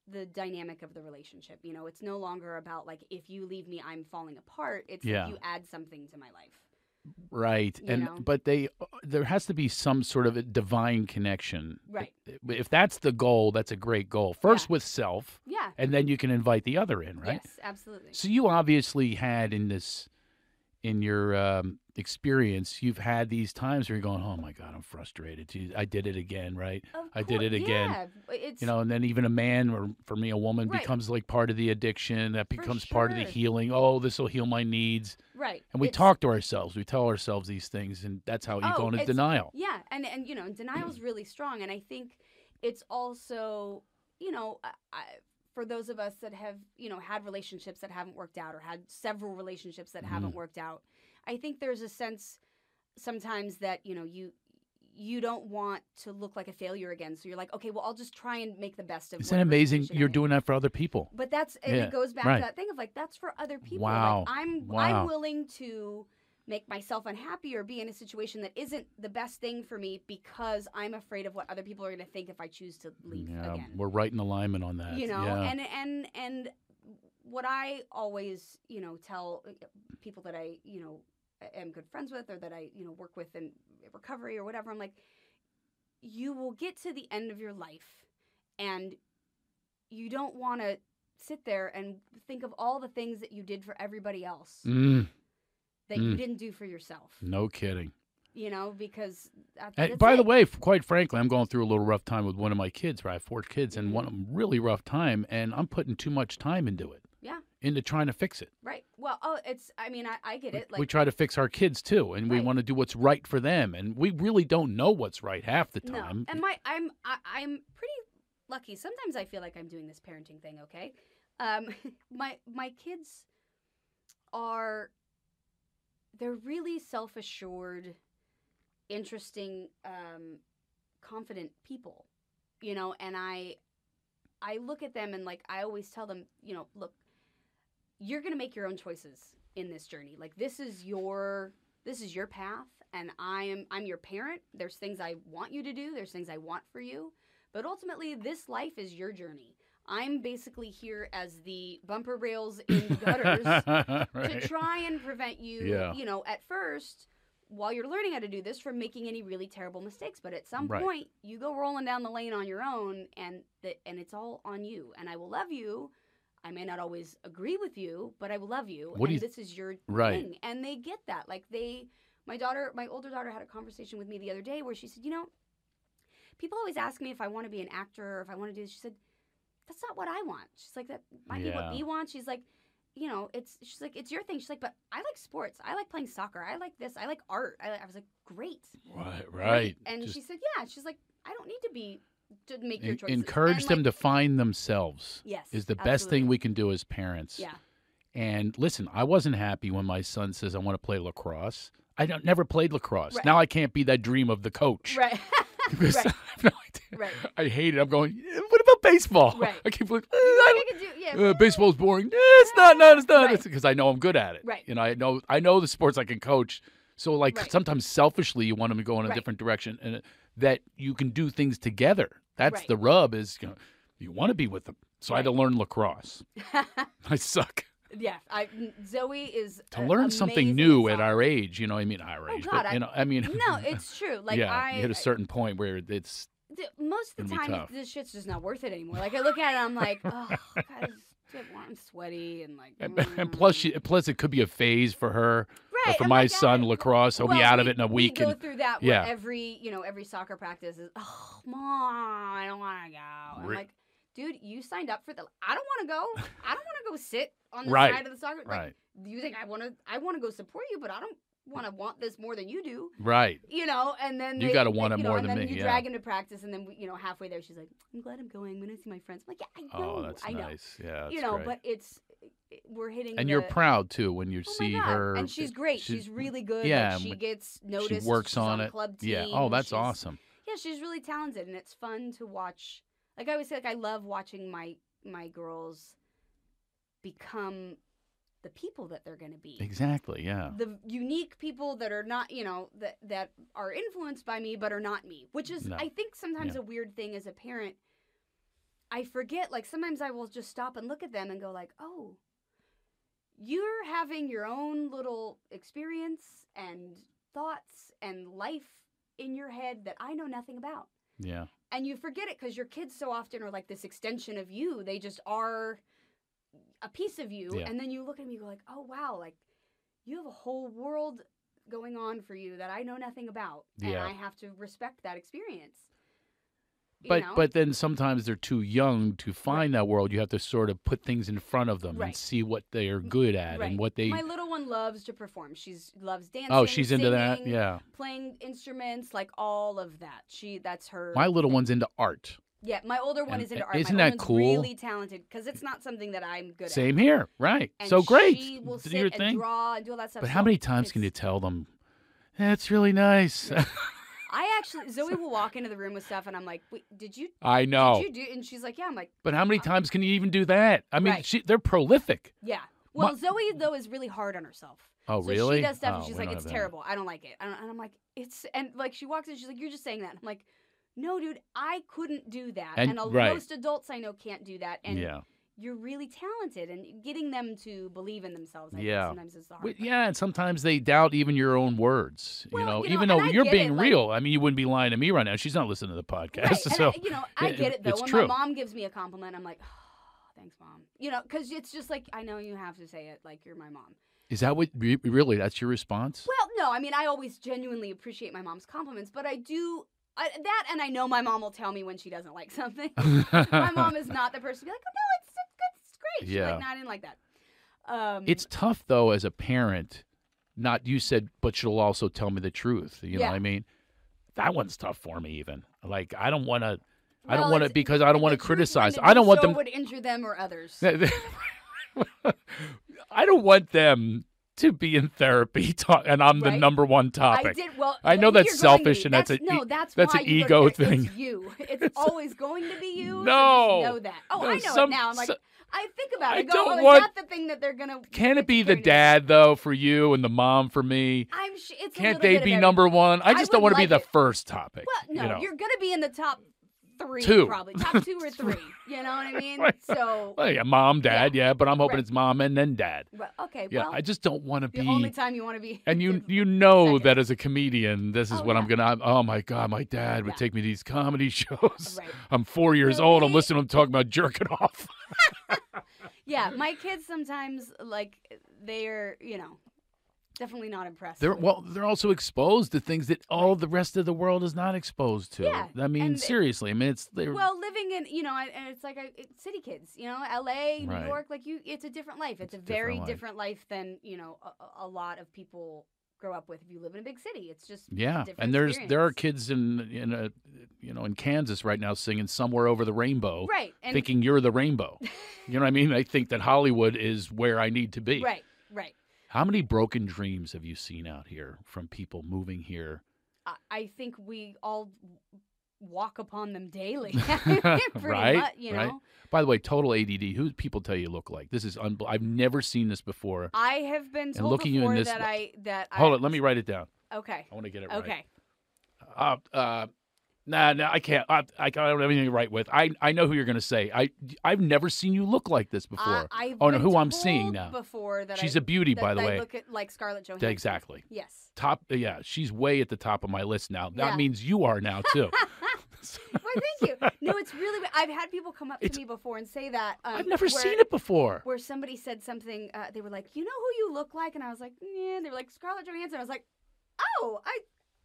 the dynamic of the relationship. You know, it's no longer about like if you leave me, I'm falling apart. It's
Yeah.
like you add something to my life.
right.
you
And
know.
but they uh, there has to be some sort of a divine connection.
Right.
If that's the goal, that's a great goal. First with self,
Yeah.
and then you can invite the other in, right?
Yes. Absolutely.
So you obviously had in this, in your um, experience, you've had these times where you're going, "Oh my God, I'm frustrated. Gee, I did it again, right?
Of
I did
cour-
it again."
Yeah. It's
You know, and then even a man, or for me, a woman
Right.
becomes like part of the addiction. That becomes part of the
sure.
healing. Oh, this will heal my needs.
right.
And we
it's-
talk to ourselves. We tell ourselves these things, and that's how you
Oh,
go into
it's-
denial.
Yeah, and and you know, denial's really strong, and I think it's also you know, I, I- for those of us that have you know had relationships that haven't worked out or had several relationships that haven't
Mm-hmm.
worked out, I think there's a sense sometimes that you know you you don't want to look like a failure again, so you're like, okay, well, I'll just try and make the best of.
Isn't it
whatever
amazing?
situation I'm
You're
in."
doing that for other people.
But that's and
Yeah,
it goes back
right.
to that thing of like that's for other people.
Wow.
Like I'm
Wow.
I'm willing to make myself unhappy or be in a situation that isn't the best thing for me because I'm afraid of what other people are going to think if I choose to leave
yeah,
again.
we're right in alignment on that.
You know,
yeah.
and and and what I always, you know, tell uh, people that I, you know, am good friends with or that I, you know, work with in recovery or whatever, I'm like you will get to the end of your life and you don't want to sit there and think of all the things that you did for everybody else
Mm,
that you
Mm.
didn't do for yourself.
no kidding.
You know, because that,
And
that's
by the
it.
way, f- quite frankly, I'm going through a little rough time with one of my kids. Right, I have four kids, and
Mhm.
one of them really rough time, and I'm putting too much time into it.
Yeah.
into trying to fix it.
right? Well, oh, it's. I mean, I, I get
We,
it.
we
Like,
try to fix our kids too, and we
Right.
want to do what's right for them, and we really don't know what's right half the
no,
time. [LAUGHS]
and my, I'm, I, I'm pretty lucky. Sometimes I feel like I'm doing this parenting thing. Okay, um, [LAUGHS] my my kids are, they're really self assured, interesting, um, confident people, you know. And I, I look at them and like I always tell them, you know, look, you're gonna make your own choices in this journey. Like this is your this is your path and I am I'm your parent. There's things I want you to do, there's things I want for you. But ultimately this life is your journey. I'm basically here as the bumper rails
[LAUGHS]
in gutters
Right.
to try and prevent you,
Yeah.
you know, at first while you're learning how to do this from making any really terrible mistakes but at some
Right.
point you go rolling down the lane on your own and the, and it's all on you and I will love you I may not always agree with you but I will love you
What do
and
you-
this is your
Right.
thing. and they get that like they my daughter my older daughter had a conversation with me the other day where she said you know people always ask me if i want to be an actor or if i want to do this she said that's not what i want she's like that might be
Yeah.
what you want she's like you know it's she's like it's your thing she's like but i like sports i like playing soccer i like this i like art i, like, I was like great
Right,
great."
right.
and
Just
she said yeah she's like i don't need to be to make your
en-
choices
encourage
And,
them
like,
to find themselves
yes
is the best thing
absolutely.
we can do as parents. [LAUGHS]
yeah [LAUGHS]
And listen, I wasn't happy when my son says I want to play lacrosse. I don't, never played lacrosse.
Right.
Now I can't be that dream of the coach.
right [LAUGHS]
Because
Right.
[LAUGHS] I have no idea. [LAUGHS]
right
I hate it. I'm going. "Eh, What about baseball?
Right.
I keep like,
I could do, yeah,
uh, baseball's boring. Eh, it's not. No, it's not.
Right.
Because I know I'm good at it.
Right.
And I know I know the sports I can coach. So like
Right.
sometimes selfishly you want them to go in a
Right.
different direction, and it- that you can do things together. That's
Right.
the rub. Is you, know, you want to be with them. So I had to learn lacrosse. [LAUGHS] I suck.
[LAUGHS] Yeah, I, Zoe is
To
a-
learn something
amazing
new at
soccer-
our age, you know, I mean our
Oh,
age,
God,
but
I-
you know, I mean,
[LAUGHS]
[LAUGHS]
No, it's true. Like
yeah,
I
you hit a certain point where it's
th- most of the
It'll be
time
tough.
it- this shit's just not worth it anymore. Like I look at it,
[LAUGHS]
I'm like, oh, God, I just don't want- I'm sweaty and like.
and, [LAUGHS] and plus she,
mm.
plus it could be a phase for her.
right,
But for
I'm
my
like, "Ah,
son, lacrosse, he'll be
well,
out of
we-
it in a week.
We go
and
through that.
yeah.
Yeah. Every you know every soccer practice is. Oh, mom, I don't want to go. I'm
Re-
like, dude, you signed up for the. I don't want to go. I don't want to go sit on the
Right,
side of the soccer. Like,
right,
you think I want to? I want to go support you, but I don't want to want this more than you do.
right.
you know, and then
You
they-
gotta
they-
want it
you know,
more
and
than
then
me,
You
yeah.
drag into practice, and then we- you know, halfway there, she's like, "I'm glad I'm going. I'm gonna see my friends." I'm like, "Yeah, I know,
oh, that's
I know."
nice. Yeah, that's
you know,
great.
but it's we're hitting.
and you're
the-
proud too when you
Oh my
see
God.
her.
and she's great. She's, really good. like,
yeah,
she
but
gets noticed.
She works
she's
on,
on,
it.
Club team.
yeah. Oh, that's
she's-
awesome.
Yeah, she's really talented, and it's fun to watch. Like I always say, like I love watching my my girls become the people that they're gonna be
Exactly. Yeah.
the unique people that are not you know that that are influenced by me but are not me which is
No.
i think sometimes
Yeah.
a weird thing as a parent i forget like sometimes i will just stop and look at them and go like oh you're having your own little experience and thoughts and life in your head that i know nothing about
Yeah.
and you forget it because your kids so often are like this extension of you they just are a piece of you
Yeah.
and then you look at them you go like oh wow like you have a whole world going on for you that i know nothing about and
Yeah.
i have to respect that experience You
But
know?
but then sometimes they're too young to find that world. You have to sort of put things in front of them and
Right.
see what they are good at
Right.
and what they.
my little one loves to perform she's loves dancing
oh, she's into that.
singing,
Yeah.
playing instruments like all of that she that's her
My little one's into art.
yeah my older one
and-
is into
and
art My
isn't
older
that
one's
cool?
really talented because it's not something that i'm good at
Same here. Right.
And
so great.
She will
Do
sit
your
and
thing.
draw and do all that stuff.
But how
So
many times can you
it's-
tell them? That's really nice.
I actually Zoe will walk into the room with stuff, and I'm like, "Wait, did you?
I know.
Did you do?" And she's like, "Yeah." I'm like,
But how many times can you even do that? I mean,
Right.
she, they're prolific.
"Yeah." Well,
My-
Zoe though is really hard on herself.
Oh,
so
really?
She does stuff, and
Oh,
she's
we
like,
don't
"It's
have that.
terrible. I don't like it." I don't, and I'm like, "It's," and like she walks in, she's like, "You're just saying that." I'm like, "No, dude, I couldn't do that,
And-
and, a,
right.
most adults I know can't do that." And [LAUGHS]
yeah.
you're really talented, and getting them to believe in themselves, I think,
Yeah.
sometimes is the hard.
Well,
part.
yeah, and sometimes they doubt even your own words.
Well,
you know,
you know,
even
and
though
I
you're
get
being
it, like-
real. I mean, you wouldn't be lying to me right now. She's not listening to the podcast.
Right,
[LAUGHS] so
and I, you know, I
it-
get it though.
it's
when
true.
my mom gives me a compliment, I'm like, oh, "Thanks, mom." You know, because it's just like I know you have to say it, like you're my mom.
is that what re- really? That's your response?
Well, no, I mean, I always genuinely appreciate my mom's compliments, but I do I, that, and I know my mom will tell me when she doesn't like [LAUGHS] something.
[LAUGHS]
my mom is not the person to be like, "Oh no, it's it's, good, it's great." She's
Yeah.
like, "No, I didn't like that." Um,
It's tough though as a parent. Not you said, but she'll also tell me the truth. You know
Yeah.
what I mean? That one's tough for me. Even like I don't want to. I don't
well,
want to
it's-
because I don't
the
want to
truth
criticize.
when
I don't want
so
them.
would injure them or
[LAUGHS]
others.
I don't want them to be in therapy [LAUGHS] talk, and I'm the
Right.
number one
I
topic.
did well.
I know
you- you're
that's
going to
selfish
be-
and that's a
no.
e-
That's
that's an
why you
ego
go to therapy.
thing.
It's
[LAUGHS]
you. It's always going to be you. so just
No.
know that. Oh,
No,
I know
some-
it now. I'm like,
some-
I think about it.
I
I go,
don't
oh,
want-
is that the thing that they're gonna?
Can
get
it be
to
the
carry to
dad though for you and the mom for me?
I'm. Sh- it's a
Can't they
little bit of
be
everything.
number one? I
I
just don't
would
want to be
like
the
it.
first topic.
Well, no,
you know?
you're gonna be in the top three,
Two. [LAUGHS]
probably top two or three. You know what I mean?
Right.
So,
Well, yeah, mom, dad, yeah, but I'm hoping
Right.
it's mom and then dad.
well, okay.
Yeah,
well,
I just don't want to
the only
be.
time you want to be.
And you
[LAUGHS] different.
you know
Second.
that as a comedian, this is
Oh,
what I'm
yeah.
gonna. Oh my god, my dad would
Yeah.
take me to these comedy [LAUGHS] shows.
Right.
I'm four years
Well,
old. I'm
they-
listening to him talking about jerking [LAUGHS] off.
Yeah, my kids sometimes like they're you know definitely not impressed.
They're
with-
well, they're also exposed to things that all the rest of the world is not exposed to.
Yeah,
I mean,
and it-
seriously, I mean, it's they're
well living in you know I- and it's like I, it's city kids you know L.A. New
Right.
York like you it's a different life
It's
it's,
a
a
different
very
life.
different life than you know a- a, a lot of people grow up with if you live in a big city it's just
yeah.
different
And there's there are
experience.
kids in in a you know in Kansas right now singing somewhere over the rainbow,
right and
thinking you're the
[LAUGHS]
rainbow. you know what I mean? They think that Hollywood is where I need to be.
right right
How many broken dreams have you seen out here from people moving here?
I, I think we all walk upon them daily
[LAUGHS]
[LAUGHS] pretty
Right,
much you know
right. By the way, total ADD. Who do people tell you look like? This is unbel- I've never seen this before.
I have been told
looking you in
before
this
that
li-
I that
Hold
I,
it. Let me write it down.
okay
I want to get it right.
okay
Uh, uh, nah, nah, I can't. I, I, can't- I don't have anything to write with. I, I know who you're going to say. I, I've never seen you look like this before.
I, I've
Oh, no,
been
who I'm seeing
told
now.
Before Ah, that
She's
I,
a beauty,
that
by the
I
way.
look at like Scarlett Johansson.
exactly.
Yes.
Top. uh, Yeah, she's way at the top of my list now. That
Yeah.
means you are now
[LAUGHS]
too.
Why, thank you. No, it's really. weird. I've had people come up
It's-
to me before and say that. Um,
I've never
where,
seen it before.
Where somebody said something. Uh, they were like, "You know who you look like," and I was like, "Yeah." They were like, "Scarlett Johansson." I was like, "Oh, I,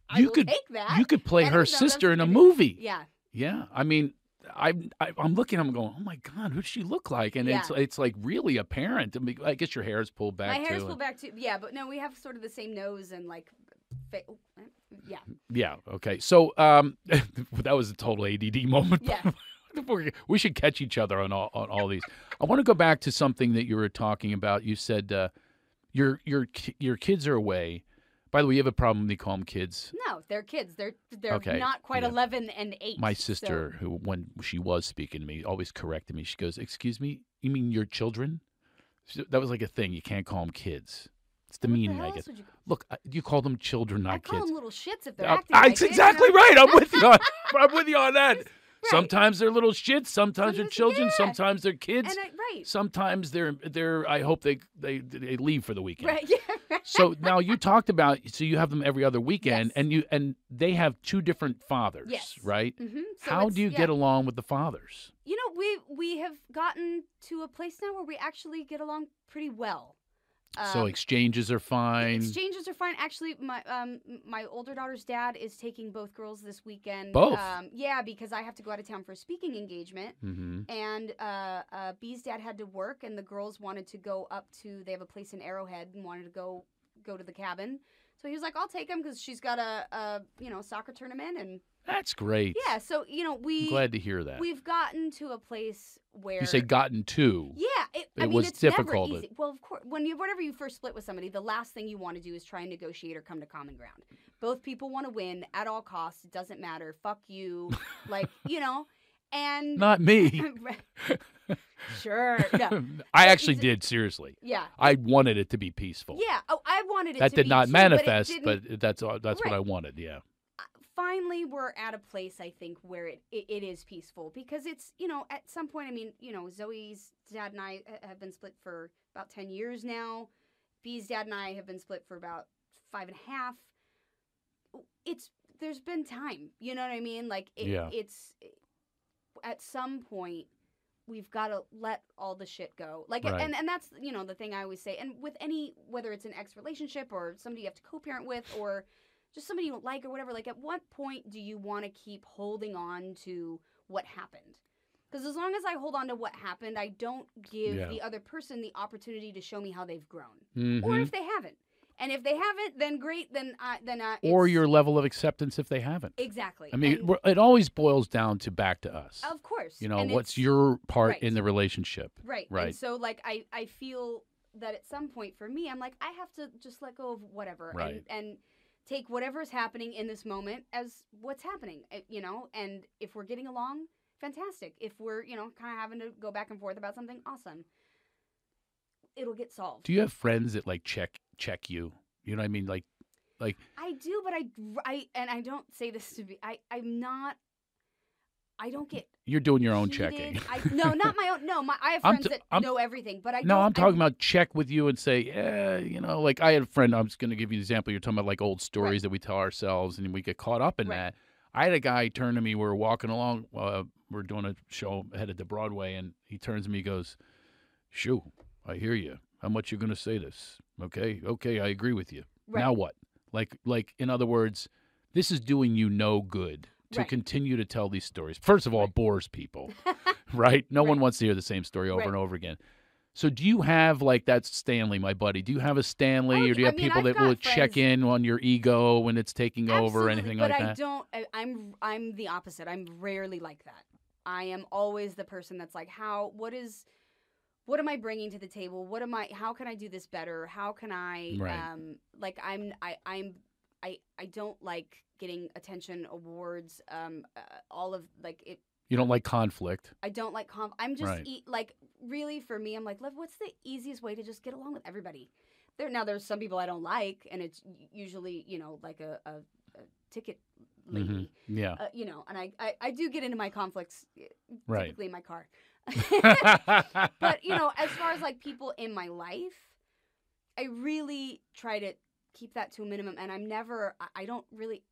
I
You
will
could-
take that."
You could play
I
her
didn't know that's
sister in a
pretty-
movie.
Yeah.
Yeah, I mean, I'm I, I'm looking, I'm going, oh my god, who does she look like? And it's it's like really apparent. I, mean, I guess your hair is pulled back.
My hair's
too.
pulled back too. Yeah, but no, we have sort of the same nose and like, fa- oh, uh,
[LAUGHS]
yeah,
Yeah. Okay. So um, [LAUGHS] that was a total ADD moment. [LAUGHS]
yeah.
we should catch each other on all on all these. I want to go back to something that you were talking about. You said uh, your your ki- your kids are away. By the way, you have a problem. They call them kids.
No, they're kids. They're they're
Okay,
not quite
yeah.
eleven and eight.
My
so-
sister, who when she was speaking to me, always corrected me. She goes, "Excuse me, you mean your children?" So that was like a thing. You can't call them kids. It's the
What the
meaning
hell
I
else
get.
would you-
Look, I- you call them children, not
I call
kids.
them little shits if they're
Uh,
acting. like
that's
it, you
exactly
know?
right. I'm with you.
[LAUGHS]
On, I'm with you on that. Sometimes they're little shits. Sometimes they're
Sometimes-
children.
yeah.
Sometimes they're kids.
And I, right,
sometimes they're they're. I hope they they they leave for the weekend.
right, [LAUGHS] yeah, right.
So now you talked about so you have them every other weekend,
Yes.
and you and they have two different fathers,
Yes.
right?
hmm
How do you
yeah.
get along with the fathers?
You know, we we have gotten to a place now where we actually get along pretty well.
so
Um,
exchanges are
the
fine.
exchanges are fine. Actually, my um m- my older daughter's dad is taking both girls this weekend.
Both?
Um, yeah, because I have to go out of town for a speaking engagement.
hmm
and uh, uh, B's dad had to work, and the girls wanted to go up to. They have a place in Arrowhead, and wanted to go go to the cabin. So he was like, "I'll take him because she's got a, a you know soccer tournament." And
That's great.
yeah, so you know
I'm
we
glad to hear that.
we've gotten to a place where
You say gotten two.
yeah, it, I
It
mean
was
it's
difficult,
never
but-
easy. Well, of course, when you whenever you first split with somebody, the last thing you want to do is try and negotiate or come to common ground. Both people want to win at all costs. It doesn't matter. Fuck
[LAUGHS]
you, like you know, and [LAUGHS]
Not me.
sure, no.
I
But
actually [LAUGHS]
is it-
did seriously.
yeah.
[LAUGHS] I wanted it to be peaceful.
Yeah. Oh, I wanted it
that
to
did
be
not
too, but it
manifest,
didn't-
but, that's all, that's what
Right.
I wanted. Yeah,
finally we're at a place i think where it, it, it is peaceful because it's you know at some point i mean you know zoe's dad and i ha- have been split for about 10 years now b's dad and i have been split for about five and a half it's there's been time you know what i mean like it,
Yeah.
it's at some point we've got to let all the shit go like
Right.
and and that's you know the thing i always say and with any whether it's an ex relationship or somebody you have to co-parent with or just somebody you don't like or whatever like at what point do you want to keep holding on to what happened because as long as i hold on to what happened i don't give
Yeah.
the other person the opportunity to show me how they've grown
Mhm.
or if they haven't and if they haven't then great then i then I,
or
it's-
your level of acceptance if they haven't.
exactly
I mean,
And-
we're- it always boils down to back to us.
of course
You know,
and
what's
it's-
your part
right.
in the relationship?
Right.
Right.
And so like I I feel that at some point for me I'm like I have to just let go of whatever
Right.
and and take whatever is happening in this moment as what's happening, eh, you know, and if we're getting along, fantastic. If we're, you know, kind of having to go back and forth about something, awesome. It'll get solved.
Do you have friends that like check check you? You know what I mean? Like, like
I do, but I I and I don't say this to be I I'm not I don't get
you're doing your own
heated.
checking.
I, no, not my own. No, my I have
[LAUGHS] I'm
friends
t-
that
I'm-
know everything, but I
no,
don't-
I'm
I-
talking about check with you and say, yeah, you know, like I had a friend. I'm just going to give you an example. You're talking about like old stories that we tell ourselves, and we get caught up in
Right.
that. I had a guy turn to me. We were walking along. Uh, we are doing a show headed to Broadway, and he turns to me, he goes, "Shoo, I hear you. How much you going to say this? Okay, okay, I agree with you.
Right.
Now what? Like, like in other words, this is doing you no good." To
Right.
continue to tell these stories. First of all, it bores
[LAUGHS]
people, right? No one
Right.
wants to hear the same story over
Right.
and over again. So do you have like that's Stanley, my buddy? Do you have a Stanley,
Oh,
or do you
I
have
mean,
people
I've
that will
got
check in on your ego when it's taking over or
Absolutely,
anything
but
like
I
that?
don't. I, I'm I'm the opposite. I'm rarely like that. I am always the person that's like, how? What is? What am I bringing to the table? What am I? How can I do this better? How can I?
Right.
Um, like I'm. I I'm. I I don't like getting attention, awards, um, uh, all of like it.
You don't like conflict,
I don't like conf. I'm just
Right.
e- like really for me. I'm like, "Lev, what's the easiest way to just get along with everybody? There now, there's some people I don't like, and it's u- usually you know like a, a, a ticket lady,
Mhm.
[LAUGHS]
yeah,
uh, you know. And I, I I do get into my conflicts uh,
right.
typically in
[LAUGHS]
my car, [LAUGHS] but you know, as far as like people in my life, I really try to keep that to a minimum, and I'm never. I, I don't really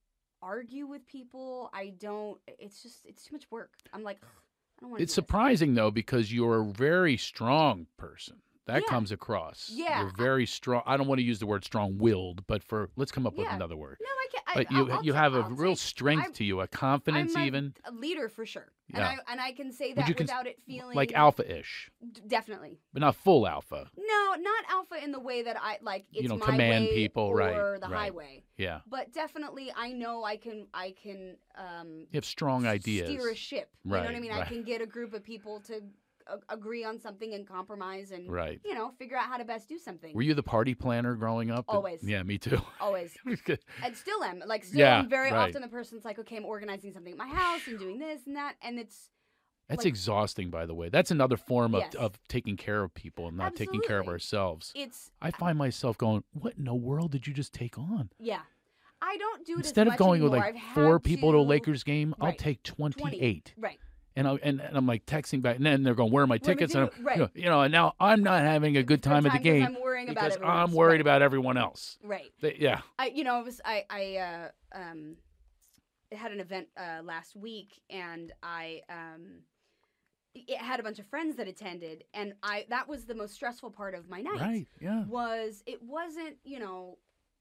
argue with people. I don't. It's just it's too much work. I'm like. "Ugh, I don't wanna
it's
do this."
surprising though because you're a very strong person. That
Yeah.
comes across.
Yeah,
you're
I-
very strong. I don't want to use the word strong-willed, but for let's come up with
Yeah.
another word.
No, I can't. I,
But you
I'll- I'll
you
ta-
have a
I'll
real
take-
strength
I'm-
to you, a confidence
I'm a-
even,
a leader for sure,
Yeah.
and I and I can say
you
that
cons-
without it feeling
like alpha-ish,
D- definitely.
but not full alpha.
No, not alpha in the way that I like. It's
You don't
my
command
way
people,
or
right,
the
right.
highway,
Yeah,
but definitely I know I can I can um
you have strong ideas.
steer a ship. You know what I
Right,
mean?
right.
I can get a group of people to a- agree on something and compromise and
Right.
you know figure out how to best do something.
Were you the party planner growing up?
Always.
Yeah, me too. [LAUGHS]
Always. and still am like still
Yeah,
I'm very
right.
often the person's like okay I'm organizing something at my house and doing this and that and it's
That's
Like-
exhausting, by the way. That's another form of,
Yes.
of taking care of people and not taking care of
Absolutely.
ourselves.
it's
I find myself going, "What in the world did you just take on?"
yeah I don't do it
Instead
as
of
much
going with
anymore.
like
I've
four
had
people to a
to-
Lakers game, I'll
right.
take
20.
twenty-eight,
right
and I and, and I'm like texting back, and then they're going, "Where are my
Where are my
tickets?" And
tickets?
I'm,
Right.
you, know, you know, and now I'm not having a good
For
time at the
'cause
game
I'm worrying about
because
everyone
I'm
else.
worried
Right.
about everyone else.
right
They- yeah,
I you know I was I I uh, um had an event uh, last week and I um it had a bunch of friends that attended and I that was the most stressful part of my night
right, yeah,
was it wasn't you know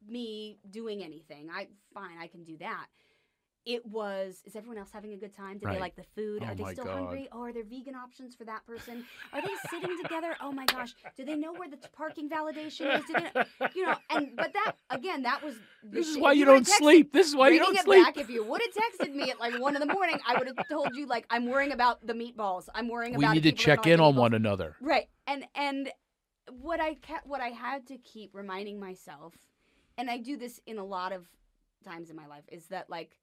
me doing anything i fine i can do that it was is everyone else having a good time did
Right.
they like the food
Oh my
are they still
God.
hungry oh, are there vegan options for that person are they sitting together oh my gosh do they know where the t- parking validation is do they know?
[LAUGHS]
you know and but that again that was
This
the-
is
if
why you
would've
don't
texted-
sleep. This is why you
bringing
don't
it
sleep.
back if you would have texted me at like one in the morning i would have told you like i'm worrying about the meatballs i'm worrying
We
about
need
if
to
people are
check
gonna
in
like
on
the meatballs."
one another.
Right. And and what I kept what I had to keep reminding myself, and I do this in a lot of times in my life, is that like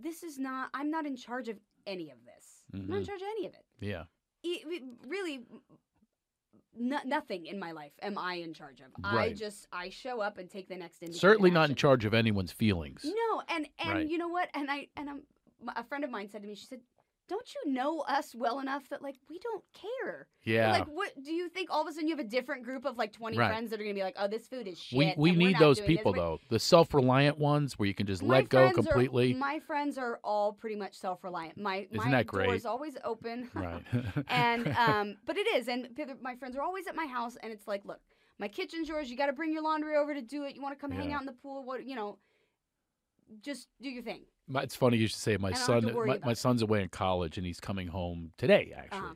this is not I'm not in
Mm-hmm.
charge of any of this. I'm not in charge of any of it.
Yeah,
E- we- really no, nothing in my life am I in charge of. I
Right.
just I show up and take the next indicated
Certainly not in
action.
charge of anyone's feelings.
No, and and
Right.
you know what? And I and I'm, m- a friend of mine said to me, she said, "Don't you know us well enough that like we don't care?
Yeah.
Like, what do you think? All of a sudden, you have a different group of like twenty
Right.
friends that are gonna be like, oh, this food is shit.
we we
and we're
need
not
those
doing this.
people
We're-
though. The self-reliant ones where you can just
My
let go
friends are-
completely.
my [LAUGHS] friends are all pretty much self-reliant. My
Isn't
my
that
door
great?
is always open.
right.
[LAUGHS]
[LAUGHS]
and um, but it is, and p- my friends are always at my house, and it's like, look, my kitchen's yours. You got to bring your laundry over to do it. You want to come hang
Yeah.
out in the pool? What you know? Just do your thing.
My, it's funny you should say my
I don't have
son.
to worry
My,
about
my
it.
son's away in college and he's coming home today actually.
Uh-huh.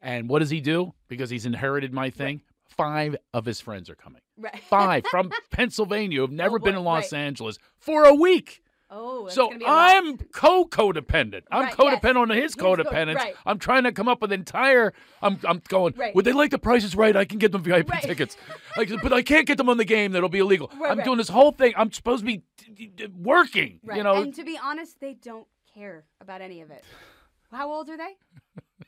And what does he do? Because he's inherited my thing. Five of his friends are coming.
Right.
Five from Pennsylvania who've never been
boy,
in Los
Oh, right.
Angeles for a week.
[LAUGHS] oh, that's
so
gonna be a lot.
I'm co codependent. I'm
Right, yes.
codependent on his
He's co-
codependence.
right.
I'm trying to come up with entire. I'm I'm going.
Right.
Would they like the prices right? I can get them VIP
Right.
tickets. Like, but I can't get them on the game. That'll be illegal.
Right,
I'm
right.
doing this whole thing. I'm supposed to be t- t- t- working.
Right.
You know.
and to be honest, they don't care about any of it. How old
[LAUGHS]
are they?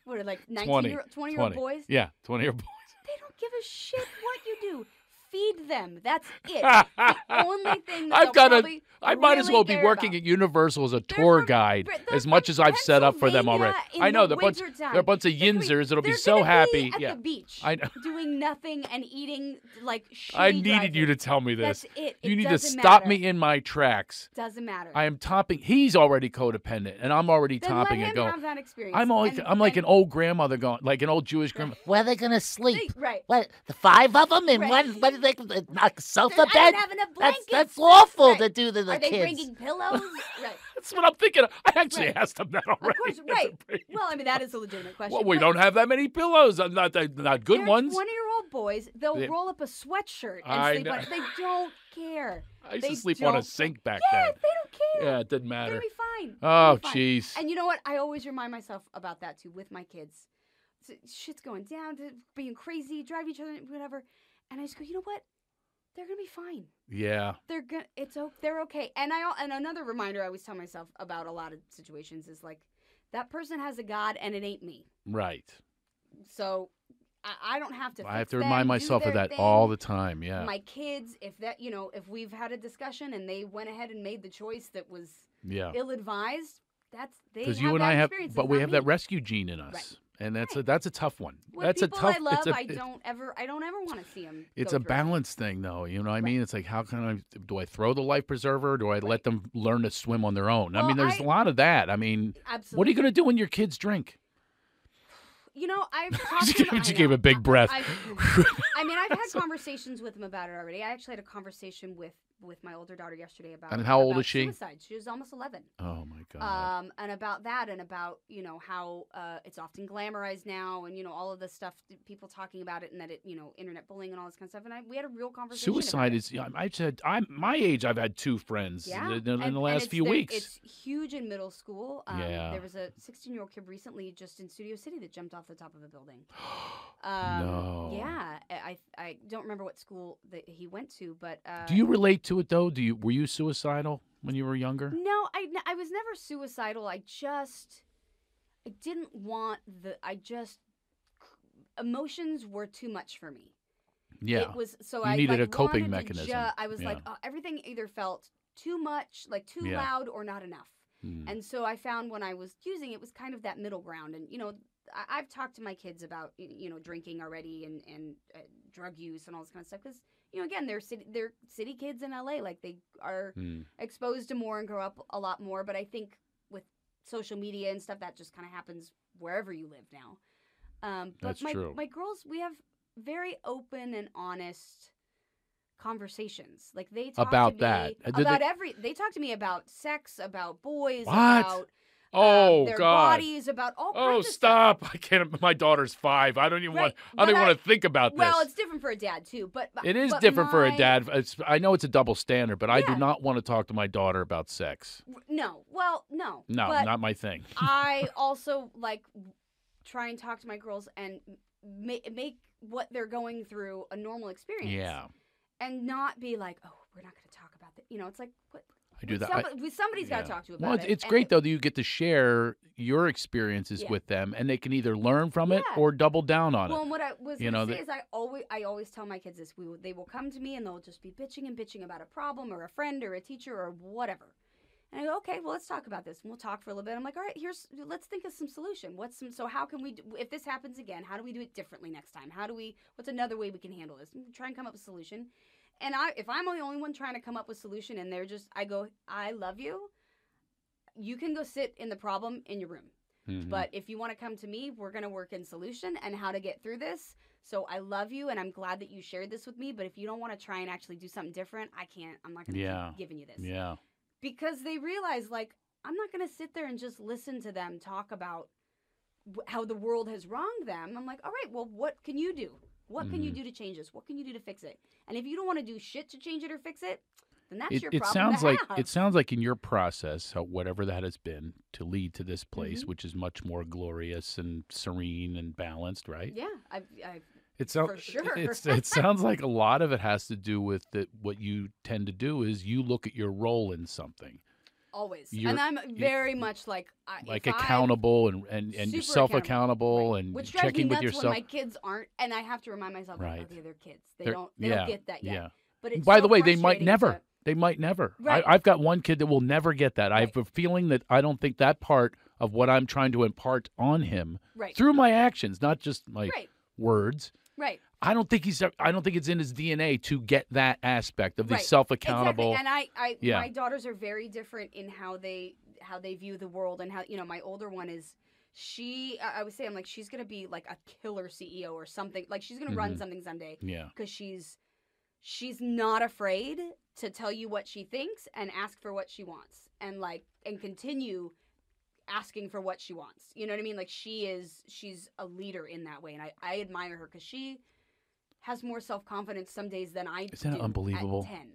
What are like 19
20,
year 20 year old boys?
Yeah, 20 year old boys.
They don't give a shit what you do. Feed them.
[LAUGHS]
That's it. [LAUGHS] the only thing that
I've
they'll
got to.
probably
I might as
really
well be
care
working
about.
at Universal as a
They're
tour
from-
guide,
Br- they're
as
from
much as I've set up for them already.
Pennsylvania in
I know
the
bunch. They're a
wintertime.
bunch of
They're gonna be-
yinzers that'll be
they're
so
gonna
happy.
At
yeah,
the beach,
I know.
doing nothing and eating like.
I
shitty
needed you to
driving.
tell me this.
That's it.
You
It
need to
doesn't
stop
matter.
me in my tracks.
Doesn't matter.
I am topping. He's already codependent, and I'm already
then
topping
let
and
him
going.
have that experience.
I'm like
And-
I'm like
and-
an old grandmother going, like an old Jewish grandma.
Where are they going to sleep?
right.
What, the five of them in
Right.
one? What are they going to knock a
I
sofa
don't
bed?
have enough
That's,
blankets.
that's awful
Right.
to do to the
Are they
kids.
bringing pillows?
[LAUGHS]
right.
That's what I'm thinking. of. I actually
Right.
asked him that already. [LAUGHS]
Of course.
Is it
Right.
pretty-
Well, I mean that is a legitimate question.
Well, we
but
don't have that many pillows. Uh, Not that- not good
they're
ones.
Twenty-year-old boys, they'll
They-
roll up a sweatshirt and
I
sleep
know.
on it. They
[LAUGHS]
don't care.
I used to
They
sleep on a
don't-
sink back
Yes, they don't
then.
care.
Yeah, it didn't
They're
matter.
gonna be fine. They're
Oh,
gonna be fine.
jeez.
And you know what? I always remind myself about that too with my kids. S- Shit's going down, th- being crazy, driving each other, whatever. And I just go, you know what? They're gonna be fine.
Yeah,
They're gonna. It's okay. They're okay. And I al- and another reminder I always tell myself about a lot of situations is like, that person has a god and it ain't me.
right.
So I, I don't have to.
I have
fix
to remind
them, do
myself of
their
that all
thing.
the time. Yeah,
My kids, if that you know, if we've had a discussion and they went ahead and made the choice that was
yeah.
ill-advised. That's they.
Because
Because
you and I have, but we have that
Re-
rescue gene in us, and that's a that's a tough one.
With
that's a
people
tough.
I love,
it's a,
I don't ever, I don't ever want to see them.
It's a balance thing, though. You know what I mean? It's like, how can I? Do I throw the life preserver? Or do I let them learn to swim on their own? I
Well,
mean, there's
I-
a lot of that. I mean,
Absolutely.
what are you going to do when your kids drink?
You know,
[LAUGHS]
I've
She
talked to
gave-
my- I
she gave
know.
a big breath.
I,
[LAUGHS]
I mean, I've had conversations with him about it already. I actually had a conversation with with my older daughter yesterday about.
And how old
about
is she?
Suicide. She was almost eleven.
Oh my god!
Um, and about that, and about you know how uh, it's often glamorized now, and you know all of this stuff, people talking about it, and that it you know internet bullying and all this kind of stuff. And I, we had a real conversation. about
Suicide
it.
is. yeah, I said, I'm my age. I've had two friends
Yeah.
in, the- in
and-
the
and
last
it's
few
the-
weeks.
It's huge in middle school. Um,
Yeah.
There was a 16 year old kid recently just in Studio City that jumped off the top of
[GASPS]
a building. Um,
No.
Yeah. I, I I don't remember what school that he went to, but. Uh,
Do you relate to it though? Do you were you suicidal when you were younger?
No, I, n- I was never suicidal. I just. I didn't want the. I just. Emotions were too much for me.
Yeah.
It was so
You
I
needed a
like,
coping
wanted to ju-
mechanism.
I was like,
Yeah.
uh, everything either felt too much, like too
Yeah.
loud, or not enough.
Hmm.
And so I found when I was using it was kind of that middle ground. And you know, I, I've talked to my kids about y- you know drinking already and and uh, drug use and all this kind of stuff because you know again they're city they're city kids in LA like they are
Hmm.
exposed to more and grow up a lot more. But I think with social media and stuff that just kind of happens wherever you live now. Um, but
That's
my
true.
my girls we have very open and honest conversations like they talk
About
to me
that. Uh, did they-
about every they talk to me about sex about boys
What?
about um,
Oh
their
God.
bodies about all kinds
Oh
of stuff.
stop! [LAUGHS] I can't. My daughter's five. I don't even want.
Right,
I don't
but
even want
I-
to think about
well
this.
it's different for a dad too but but-
It is
but
different for a
my-
dad. It's, I know it's a double standard, but I do
Yeah.
not want to talk to my daughter about sex.
no well no
No,
but
not my thing.
i also like try and talk to my girls and ma- make what they're going through a normal experience
Yeah,
and not be like oh we're not going to talk about that you know it's like what
I do that. I-
Somebody, has got
yeah.
to talk to you about
well, it's,
it.
it's
And
great
it-
though that you get to share your experiences
Yeah.
with them, and they can either learn from it
Yeah.
or double down on
Well,
it.
and what I was
You
going
know,
to
that-
say is I always I always tell my kids this. We will, they will come to me and they'll just be bitching and bitching about a problem or a friend or a teacher or whatever. And I go, okay, well, let's talk about this. And we'll talk for a little bit. I'm like, all right, here's let's think of some solution. What's some so how can we do, if this happens again? How do we do it differently next time? How do we what's another way we can handle this? And try and come up with a solution. And I if I'm the only one trying to come up with solution and they're just I go, I love you. You can go sit in the problem in your room.
Mhm.
But if you want to come to me, we're going to work in solution and how to get through this. So I love you and I'm glad that you shared this with me. But if you don't want to try and actually do something different, I can't. I'm not going to
Yeah.
keep giving you this.
yeah,
Because they realize, like, I'm not going to sit there and just listen to them talk about w- how the world has wronged them. I'm like, all right, well, what can you do? What can you
Mhm.
do to change this? What can you do to fix it? And if you don't want to do shit to change it or fix it, then that's
it,
your
it
problem.
sounds
to
like
have.
it sounds like in your process, how, whatever that has been, to lead to this
Mm-hmm.
place, which is much more glorious and serene and balanced, right?
yeah, I, I,
It sounds
For sure.
it's,
[LAUGHS]
it sounds like a lot of it has to do with that. What you tend to do is you look at your role in something,
always,
You're-
and I'm
you-
very much like I,
like
if I-
accountable and and, and
Super
yourself accountable,
accountable, right.
and
Which drives
checking
me nuts
with yourself.
when my kids aren't, and I have to remind myself, like,
Right.
okay, they're kids. They
They're-
don't, they
yeah,
don't get that yet.
yeah.
But it's
By
so
the way, they might
frustrating
never.
to-
They might never.
Right.
I, I've got one kid that will never get that. I
Right.
have a feeling that I don't think that part of what I'm trying to impart on him
right,
through my actions, not just my
right,
words.
right,
I don't think he's. I don't think it's in his DNA to get that aspect of the
Right.
self-accountable.
Exactly. And I, I,
Yeah.
my daughters are very different in how they how they view the world and how you know my older one is. She, I I would say, I'm like she's gonna be like a killer CEO or something. Like she's gonna run
Mhm.
something someday.
Yeah.
because she's she's not afraid to tell you what she thinks and ask for what she wants and like and continue asking for what she wants you know what i mean like she is she's a leader in that way and i, I admire her because she has more self-confidence some days than i
Isn't that
do at
unbelievable?
10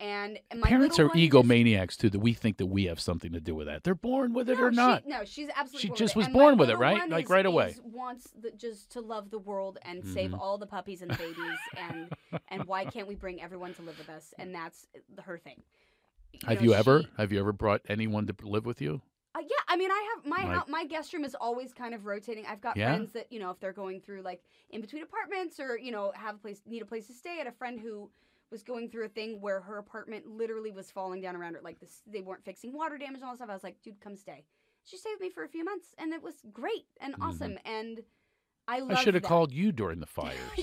and my
Parents
little
are
one just-
egomaniacs too. That we think that we have something to do with that. They're born with it
no,
or
she-
not.
no, she's absolutely.
She
born
just
with
was
it.
born with it,
little
right?
one
Like,
is-
right away.
is- wants the, just to love the world and save
Mhm.
all the puppies and the
[LAUGHS]
babies, and and why can't we bring everyone to live with us? And that's uh, her thing.
have
know,
you ever?
she-
Have you ever brought anyone to live with you?
uh, yeah, I mean, I have my
Like-
hou- my guest room is always kind of rotating. I've got
Yeah?
friends that you know if they're going through like in between apartments or you know have a place need a place to stay. I had a friend who was going through a thing where her apartment literally was falling down around her. Like this, they weren't fixing water damage and all that stuff. I was like, dude, come stay. She stayed with me for a few months, and it was great and
Mhm.
awesome. And I love.
I should have
[LAUGHS]
called you during the fires. Uh,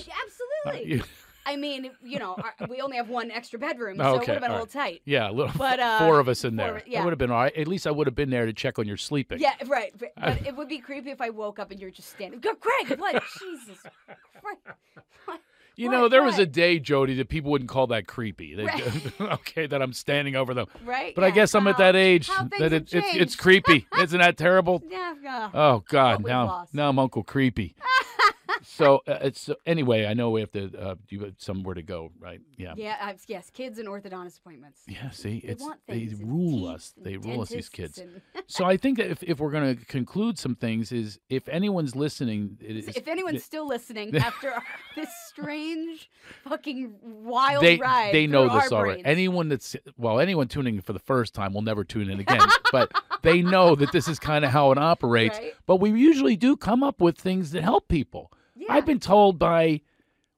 [LAUGHS]
Absolutely.
you-
I mean, you know, our, we only have one extra bedroom,
[LAUGHS] Oh,
so it would
okay,
have been a
all [LAUGHS]
little tight.
Yeah, a little,
But, uh,
four of us in
four
there.
of it- yeah.
It would have been all right. At least I would have been there to check on your sleeping.
Yeah, right.
[LAUGHS]
But,
I-
but it would be creepy if I woke up and you're just standing. Go,
[LAUGHS]
Greg, what? Jesus Christ. [LAUGHS] What?
you
right,
know, there was a
right.
day, Jody, that people wouldn't call that creepy. They,
Right.
[LAUGHS] okay, that I'm standing over them.
Right?
But I
Yeah.
guess I'm at that
How-
age
how things
that
have
it, it's it's
changed. [LAUGHS]
creepy. Isn't that terrible?
Yeah, yeah.
Oh God,
we've
now
lost.
now I'm Uncle
[LAUGHS]
Creepy. so uh, it's so anyway. I know we have to. Uh, you have somewhere to go, right? Yeah.
yeah, i yes, kids and orthodontist appointments.
Yeah, see,
They
it's
want
they
things and
rule
teeth
us.
and
They rule us. These kids.
dentists
[LAUGHS]
and-
so I think that if, if we're going to conclude some things is if anyone's listening, it is
if anyone's still
[LAUGHS]
listening after our- this strange, fucking wild
they
ride,
they know
through our
this already.
brains.
Anyone that's well, anyone tuning for the first time will never tune in again. but they know that this is kind of how it operates.
Right?
But we usually do come up with things that help people.
Yeah.
I've been told by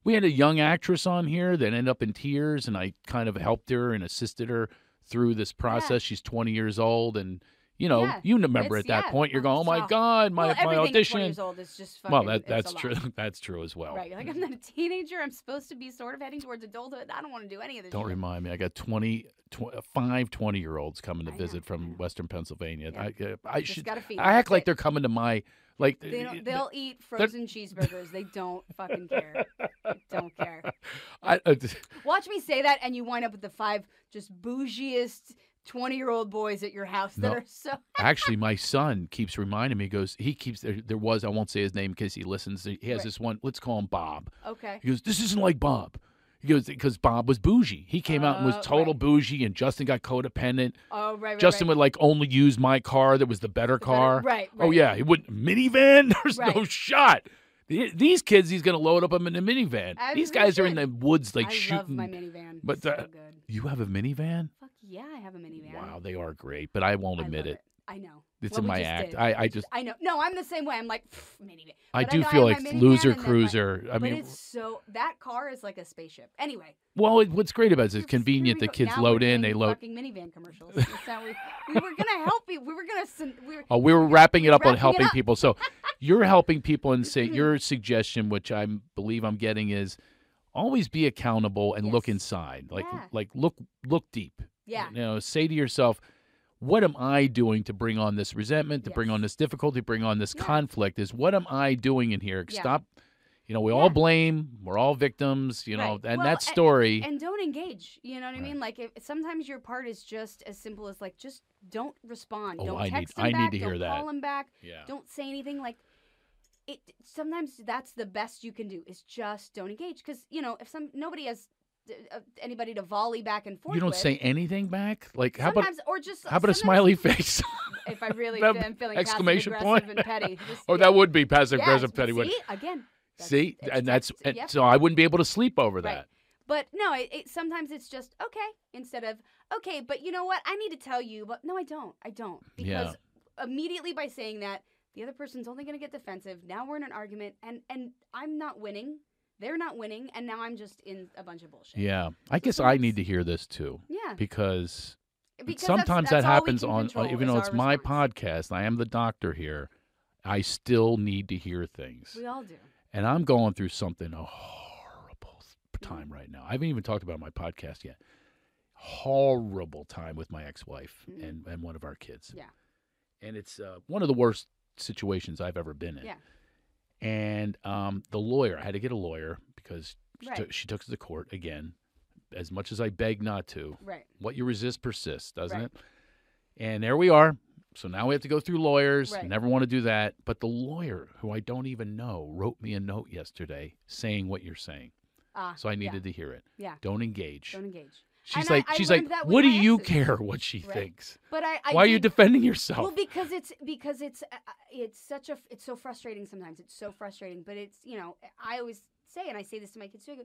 we had a young actress on here that ended up in tears, and I kind of helped her and assisted her through this process. She's 20 years old, and you know,
Yeah.
you remember
It's-
at that
yeah.
point, you're
Well,
going, "Oh my
so-
God, my
well,
my
everything at 20
audition."
years old is just fucking,
Well, that
it's a
that's [LAUGHS]
lot.
true. that's true as well.
Right, you're like I'm not a teenager. I'm supposed to be sort of heading towards adulthood. I don't want to do any of this.
Don't
shit.
remind me. I got 20, tw- uh, five 20 year olds coming to
I know,
visit
I
from
know.
Western Pennsylvania.
Yeah.
I, uh, I
Just
should.
gotta feed
I
them.
act like
They-
they're coming to my like. uh,
They don't, they'll eat frozen cheeseburgers. They don't fucking care.
[LAUGHS]
They don't care.
I, uh,
Watch me say that, and you wind up with the five just bougiest twenty-year-old boys at your house that
No.
are so.
actually, my son keeps reminding me. he Goes, he keeps there. There was. I won't say his name in case he listens. He has
Right.
this one. Let's call him Bob.
Okay.
He goes, this isn't like Bob. He goes because Bob was bougie. He came out and
Oh,
was total
right.
bougie, and Justin got codependent.
Oh right. right
Justin
right.
would like only use my car that was the better
The better-
car.
Right,
Oh
right.
yeah, he would minivan. [LAUGHS] There's no
Right.
shot. The- These kids, he's going to load up 'em in a minivan.
I
These
really
guys are in the
should.
woods, like
I
shooting.
love my minivan.
but
But so
the-
good.
you have a minivan?
Fuck yeah, I have a minivan.
Wow, they are great, but I won't
I
admit
love
it.
I know.
It's
What
in
we
my
just
act.
did.
I, I just,
I know. No, I'm the same way. I'm like "Pff, minivan.
I
But
do
know
feel
have
like
my minivan
loser
and then my-
cruiser. I
but
mean,
it's so that car is like a spaceship. Anyway,
well, it, what's great about it is it's
Here-
convenient.
here we
The
go.
kids
Now
load
we're
in, they
doing
load.
fucking minivan commercials. That's how we, we were gonna help you. We were gonna sen- we were,
[LAUGHS] Oh, we were wrapping it up
Wrapping
on
it
helping
up.
people. So you're helping people and
[LAUGHS]
say your suggestion, which I believe I'm getting, is always be accountable and look
Yes.
inside. Like
Yeah.
like look look deep.
yeah.
You know, say to yourself, what am I doing to bring on this resentment, to bring
Yes.
on this difficulty, bring on this
Yeah.
conflict? Is what am I doing in here?
Yeah.
Stop. You know, we
Yeah.
all blame. We're all victims. You know,
Right.
and
Well,
that
a-
story.
And don't engage. You know what I
Right.
mean? Like if, sometimes your part is just as simple as like just don't respond.
Oh,
don't
I need-
text
I
him
need
back.
to hear
don't
that.
call him back.
yeah.
Don't say anything. Like it. Sometimes that's the best you can do is just don't engage because you know if some nobody has uh, anybody to volley back and forth.
You don't
with,
say anything back. Like how about
sometimes or just
how about a
sometimes
smiley [LAUGHS] face?
If I really
[LAUGHS] That-
am feeling
exclamation
exclamation
point?
point
[LAUGHS]
and petty. Just,
Or Oh,
yeah.
that would be passive
Yes,
aggressive
but
petty. would-
See again. that's-
See,
it's
and that's
text-
and
yep.
so I wouldn't be able to sleep over
Right.
that.
But no, it, it sometimes it's just okay instead of okay. But you know what? I need to tell you, but no, I don't. I don't because immediately by saying that, the other person's only going to get defensive. Now we're in an argument, and and I'm not winning. They're not winning, and now I'm just in a bunch of bullshit.
Yeah, I guess I
sometimes-
need to hear this too
Yeah,
because,
because that's-
sometimes
that's
that
all we
happens
can
on uh,
control
even
is
though
our
it's my
response.
podcast. and I am the doctor here. I still need to hear things,
We all do.
and I'm going through something a horrible
Mm-hmm.
time right now. I haven't even talked about my podcast yet. Horrible time with my ex-wife
Mm.
and and one of our kids.
Yeah.
and it's uh, one of the worst situations I've ever been in.
Yeah.
and um, the lawyer I had to get a lawyer because she,
Right.
took, she took us to court again. As much as I beg not to,
Right.
what you resist persists, doesn't
Right.
it? And there we are. So now we have to go through lawyers.
Right.
Never want to do that. But the lawyer, who I don't even know, wrote me a note yesterday saying what you're saying.
Ah,
So I
yeah,
needed to hear it.
Yeah.
Don't engage.
Don't engage.
She's
And I-
like,
I
she's like,
learned that with
what do
my
you
exes."
care what she
Right.
thinks?
But I, I
Why are you
did-
defending yourself?
Well, because it's because it's uh, uh, it's such a f- it's so frustrating sometimes. It's so frustrating, but it's you know I always say and I say this to my kids too. I go,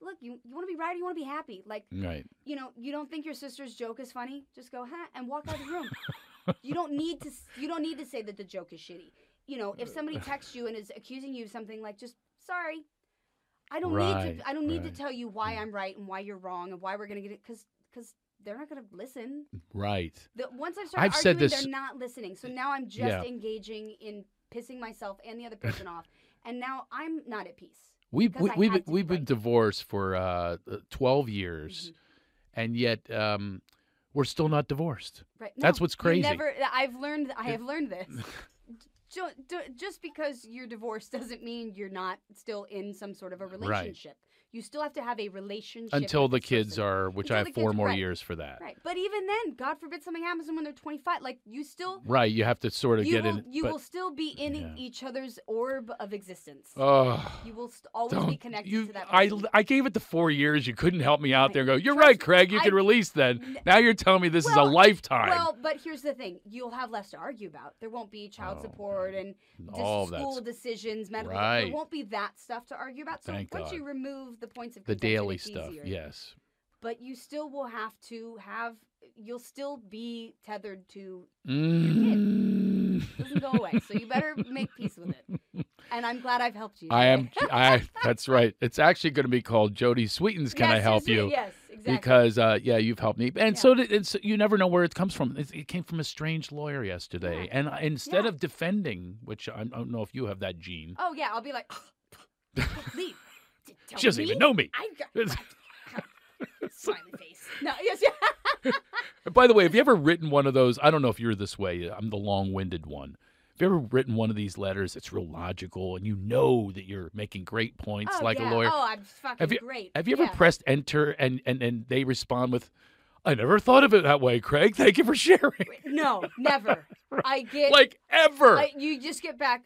Look, you you want to be right, or you want to be happy. Like
right.
you know, you don't think your sister's joke is funny, just go huh and walk out of
[LAUGHS]
the room. you don't need to s- you don't need to say that the joke is shitty. You know, if somebody texts you and is accusing you of something, like just sorry. I don't need
Right,
to. I don't need
right.
to tell you why
Mm.
I'm right and why you're wrong and why we're gonna get it because because they're not gonna listen.
Right.
The, once I've started
I've said
arguing,
this-
they're not listening. So now I'm just
Yeah.
engaging in pissing myself and the other person off, and now I'm not at peace.
We've
Because
we,
I
we've
had
been,
to,
we've been
right. Mm-hmm.
divorced for uh, uh, twelve years, and yet um, we're still not divorced.
Right?
That's
No,
what's
you
crazy.
Never. I've learned. I have
[LAUGHS]
learned this. Ju- ju- Just because you're divorced doesn't mean you're not still in some sort of a relationship. You still have to have a relationship
until
with
the
this
kids
person.
are, which
Until
I
the
have
kids-
four more
right.
years for that. Right.
right. But even then, God forbid something happens to them when they're 25. Like you still,
you have to sort of
you
get
will,
in.
you
but, [SIGHS]
will still be in
Yeah.
each other's orb of existence.
Oh,
you will st- always be
don't
connected
you?
to that.
I
person.
I gave it the four years. You couldn't help me out
I-
there. and Go. You're
trust
right,
me,
Craig. You
I-
can release then.
N-
Now you're telling me this is
Well,
a lifetime.
Well, but here's the thing: you'll have less to argue about. There won't be child
Oh,
support and dis-
All of
school
that's
decisions, medical.
Right.
There won't be that stuff to argue about. So
Thank
once
God.
you remove the points of
the
contention,
daily
it's
stuff.
easier.
Yes.
But you still will have to have. You'll still be tethered to.
Mm.
Doesn't go away. so
[LAUGHS]
you better make peace with it. And I'm glad I've helped you.
I am.
today.
I.
[LAUGHS]
That's right. It's actually going to be called Jody Sweetens. Can I
Yes,
help
yes,
you?
Yes, exactly.
Because uh, yeah, you've helped me, and
Yeah.
so did, it's you never know where it comes from. It, it came from a strange lawyer yesterday,
Yeah.
and I, instead
Yeah.
of defending, which I, I don't know if you have that gene,
oh yeah, I'll be like,
[LAUGHS]
leave. T- tell
she doesn't
me?
even know me.
I got smiley face. No, yes, yeah.
[LAUGHS] By the way, have you ever written one of those? I don't know if you're this way. I'm the long-winded one. Have you ever written one of these letters? It's real logical, and you know that you're making great points,
oh,
like
yeah.
a lawyer.
Oh, I'm fucking
Have you-
great.
Have you ever
Yeah.
pressed enter and, and and they respond with, "I never thought of it that way, Craig. Thank you for sharing." [LAUGHS]
No, never. I get
like ever.
I, you just get back.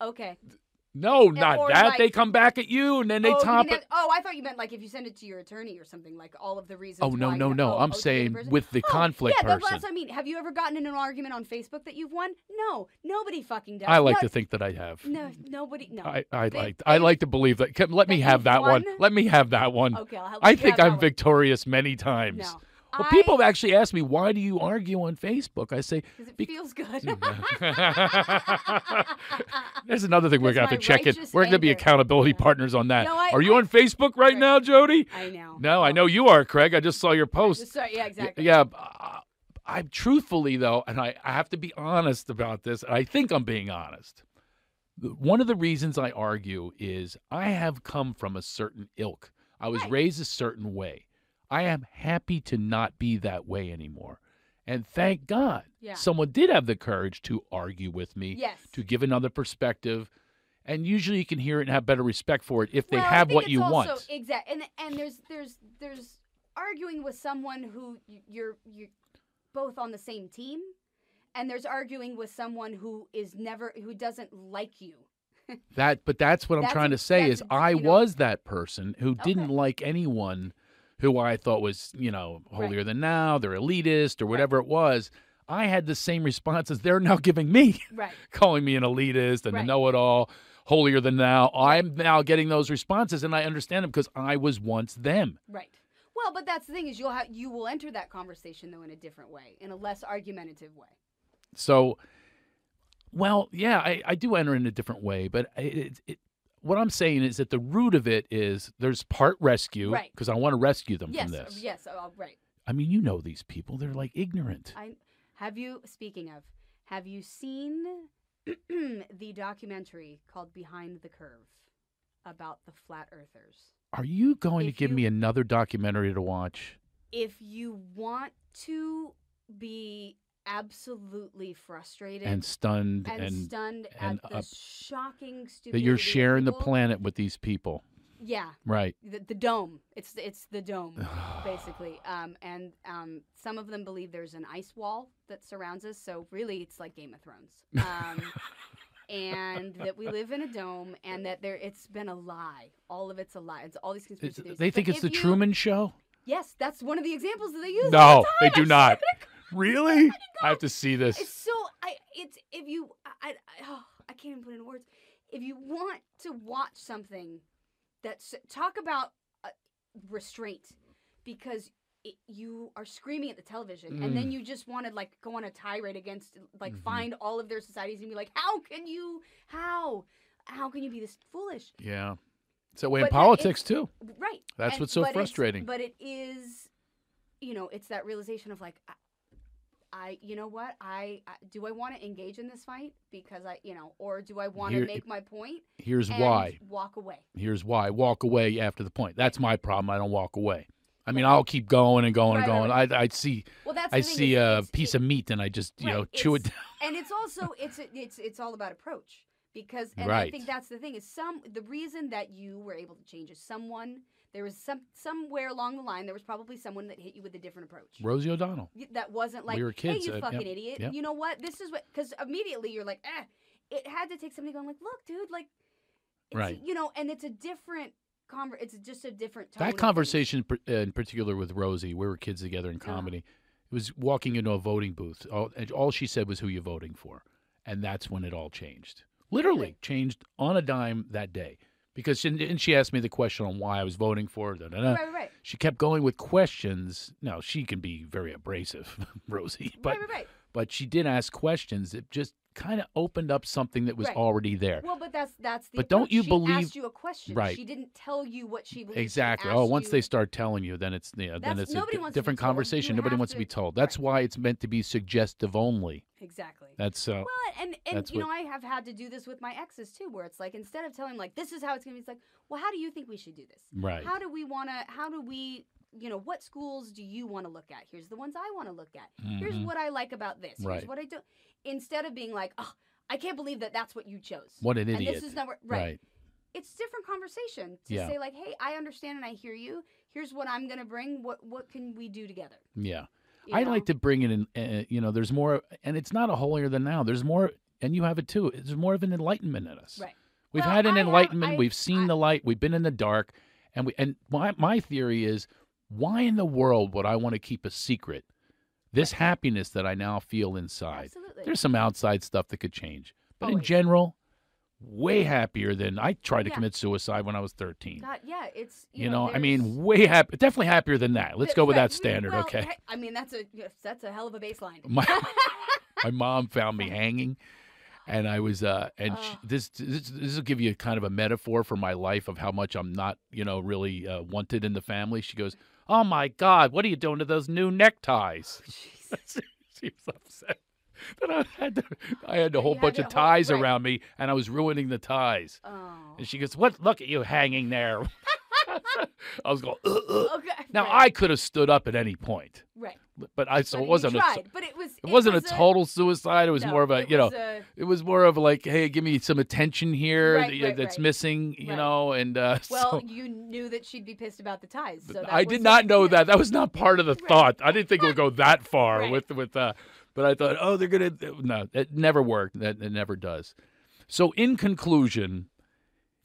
Okay.
No, not
or,
that.
like-
they come back at you and then they
oh, you
top
mean
it.
that- oh, I thought you meant like if you send it to your attorney or something, like all of the reasons.
Oh no,
why
no,
you-
no.
oh,
I'm
oh, to the
saying
person?
with the
Oh,
conflict
yeah, that-
person.
that's what I mean. Have you ever gotten in an argument on Facebook that you've won? No, nobody fucking does.
I like
no,
to think that I have.
No, nobody. No.
I, I
They-
like I
they-
like to believe that. Come, let
that
me
you've
have that one.
won? Oh,
Let me have that one.
okay, I'll help
I
you
think
out
I'm
that one.
victorious many times.
No.
Well,
I-
people have actually asked me why do you argue on Facebook? I
[LAUGHS]
say [LAUGHS]
Because it
"Bec-
feels good.
[LAUGHS]
[LAUGHS]
There's another thing we're
That's
gonna have
my
to check in.
righteous
We're gonna be
anger.
accountability
Yeah.
partners on that.
No, I-
are you
I-
on Facebook right
Right.
now, Jody?
I know.
No, I
Oh,
know you are, Craig. I just saw your post.
just sorry, yeah,
Y-
exactly.
Yeah. b- uh, I'm truthfully though, and I, I have to be honest about this, and I think I'm being honest. The- One of the reasons I argue is I have come from a certain ilk. I was
Right.
raised a certain way. I am happy to not be that way anymore. And thank God
Yeah.
someone did have the courage to argue with me,
Yes.
to give another perspective. And usually you can hear it and have better respect for it if they
Well, I
have
think
what
it's
you
also,
want.
Exactly. And and there's there's there's arguing with someone who y- you're you're both on the same team, and there's arguing with someone who is never who doesn't like you.
That, but that's what I'm
That's
trying to
ex-
say
that's
is
ex-
I
you know-
was that person who didn't
Okay.
like anyone who I thought was, you know,
Right.
holier than now, they're elitist or whatever it was. I had the same response as they're now [LAUGHS] giving me,
Right.
calling me an elitist and a
Right.
know it all, holier than now. I'm now getting those responses and I understand them because I was once them.
Right. Well, but that's the thing is you'll have you will enter that conversation though in a different way, in a less argumentative way.
So, well, yeah, I, I do enter in a different way, but it, it, it, what I'm saying is that the root of it is there's part rescue
Right.
because I want to rescue them
yes.
from
uh,
this.
Yes. Uh, right.
I mean, you know these people. They're like ignorant.
I have you. Speaking of, have you seen [CLEARS THROAT] the documentary called Behind the Curve about the flat earthers?
Are you going to
If
give
you-
me another documentary to watch?
if you want to be absolutely frustrated
And stunned
and
and,
stunned
and
at the
up-
shocking stupidity
that you're
of
sharing the
people-
planet with these people.
yeah
Right.
the, the dome it's it's
[SIGHS]
the dome basically um, and um, some of them believe there's an ice wall that surrounds us so really it's like game of thrones um,
[LAUGHS]
and that we live in a dome and that there it's been a lie all of it's a lie it's all these conspiracy
It's-
theories
they
But
think it's
if
the
you-
Truman Show?
yes that's one of the examples that they use all
No,
the
they
time.
do
I'm
not.
sorry.
Really? I have to see this.
It's so I. It's if you. I. I, I- [SIGHS] oh, I can't even put it in words. If you want to watch something, that's talk about uh, restraint, because it, you are screaming at the television, and then you just want to like go on a tirade against, like
Mhm.
find all of their societies and be like, how can you? How? How can you be this foolish?
Yeah. It's that way in
But that-
politics, too.
Right.
That's
And-
what's so
but it's-
frustrating.
But it is, you know, it's that realization of like, I, I you know what, I, I do I want to engage in this fight because I, you know, or do I want to
Here-
make my point
Here's
and
why.
walk away?
Here's why. Walk away after the point. That's my problem. I don't walk away. I mean, I'll keep going and going
Right,
and
right,
going. I, I see,
Well, that's
I
the thing,
see
it's-
a
it's-
piece
it-
of meat, and I just, you
right,
know, chew it [LAUGHS]
it's- and it's also it's it's it's all about approach because and I
Right.
think that's the thing is some the reason that you were able to change is someone there was some somewhere along the line there was probably someone that hit you with a different approach.
Rosie O'Donnell.
y- that wasn't
We
like,
were kids,
hey,
uh,
you
yep,
fucking idiot.
yep.
You know what? This is what, because immediately you're like, eh. It had to take somebody going like, look, dude, like, it's,
Right.
You know, and it's a different conver. It's just a different tone. of
That
things.
conversation par- uh, in particular with Rosie, we were kids together in comedy. It was walking into a voting booth. All, and all she said was, "Who you voting for?" And that's when it all changed. Literally
Really?
changed on a dime that day because she, and she asked me the question on why I was voting for. Da, da, da.
Right, right, right,
She kept going with questions. Now she can be very abrasive, [LAUGHS] Rosie, but
right, right, right.
but she did ask questions. It just kind of opened up something that was
Right.
already there.
Well, but that's that's the.
But don't
approach.
you
she
believe-
Asked you a question.
Right.
She didn't tell you what she believed. She
Exactly.
asked
Oh, once they
you-
start telling you, then it's yeah, then
That's-
it's a
nobody
di-
wants to be
different
told. You
conversation. Nobody
have
wants to
to-
be told. That's
Right.
why it's meant to be suggestive only.
Exactly.
That's uh,
Well, and and
That's
you
what-
know, I have had to do this with my exes too, where it's like instead of telling like this is how it's gonna be, it's like, well, how do you think we should do this?
Right.
How do we want to? How do we? You know, what schools do you want to look at? Here's the ones I want to look at. Here's
Mhm.
what I like about this.
Right.
Here's what I do. Instead of being like, oh, I can't believe that that's what you chose.
what an
and
idiot.
this is not where- right. It's different conversation to
Yeah.
say like, hey, I understand and I hear you. Here's what I'm gonna bring. What what can we do together?
Yeah.
You
I
know?
like to bring it in. Uh, you know, there's more, and it's not a holier than now. There's more, and you have it too. There's more of an enlightenment in us.
Right.
We've
Well,
had an
I have-
enlightenment.
I-
we've seen
I-
the light. We've been in the dark, and we and my my theory is, why in the world would I want to keep a secret this happiness that I now feel inside?
Absolutely.
There's some outside stuff that could change, but in
Always.
general, way happier than I tried to
Yeah.
commit suicide when I was 13.
God, yeah, it's
you know, I
there's-
mean, way happy, definitely happier than that. Let's
th-
go with
right,
that
we-
standard,
well,
okay?
he- I mean, that's a yes, that's a hell of a baseline.
My my mom found me hanging, and I was uh and she,
Oh.
this this this will give you kind of a metaphor for my life of how much I'm not you know really uh, wanted in the family. She goes, "Oh my God, what are you doing to those new neckties?"
Oh,
[LAUGHS] she was upset. That I had to, I had a
you
whole
had
bunch
that
of
whole-
ties
right.
around me, and I was ruining the ties. [LAUGHS]
oh.
And she goes, "What? Look at you hanging
[LAUGHS]
there." [LAUGHS] I was going. "Ugh, ugh."
Okay.
Now
Oh, right,
I could have stood up at any point,
right.
but I so
But
it
you
wasn't a
tried, but it was
it wasn't
was
a total suicide. It was
no,
more of a
it
you know, [LAUGHS]
was a-
it was more of like, hey, give me some attention here
Right,
that-
right,
that's
right.
missing, you
Right.
know. And uh, [LAUGHS]
well,
so
you knew that she'd be pissed about the ties. So that
I
was
did
a-
not know
yeah.
that. That was not part of the
Right.
thought. I didn't think it would go that far
Right.
with with. Uh, but I thought, oh, they're gonna no, it never worked. That it never does. So in conclusion,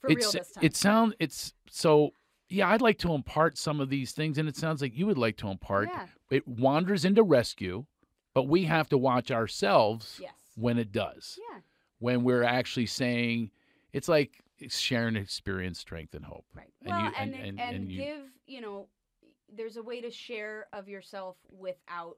For real
it's
this time.
it sounds it's so yeah. I'd like to impart some of these things, and it sounds like you would like to impart.
Yeah.
It wanders into rescue, but we have to watch ourselves
yes.
when it does
Yeah.
when we're actually saying it's like sharing experience, strength, and hope.
Right.
And
well,
you-
and
and- and- and you-
give you know, there's a way to share of yourself without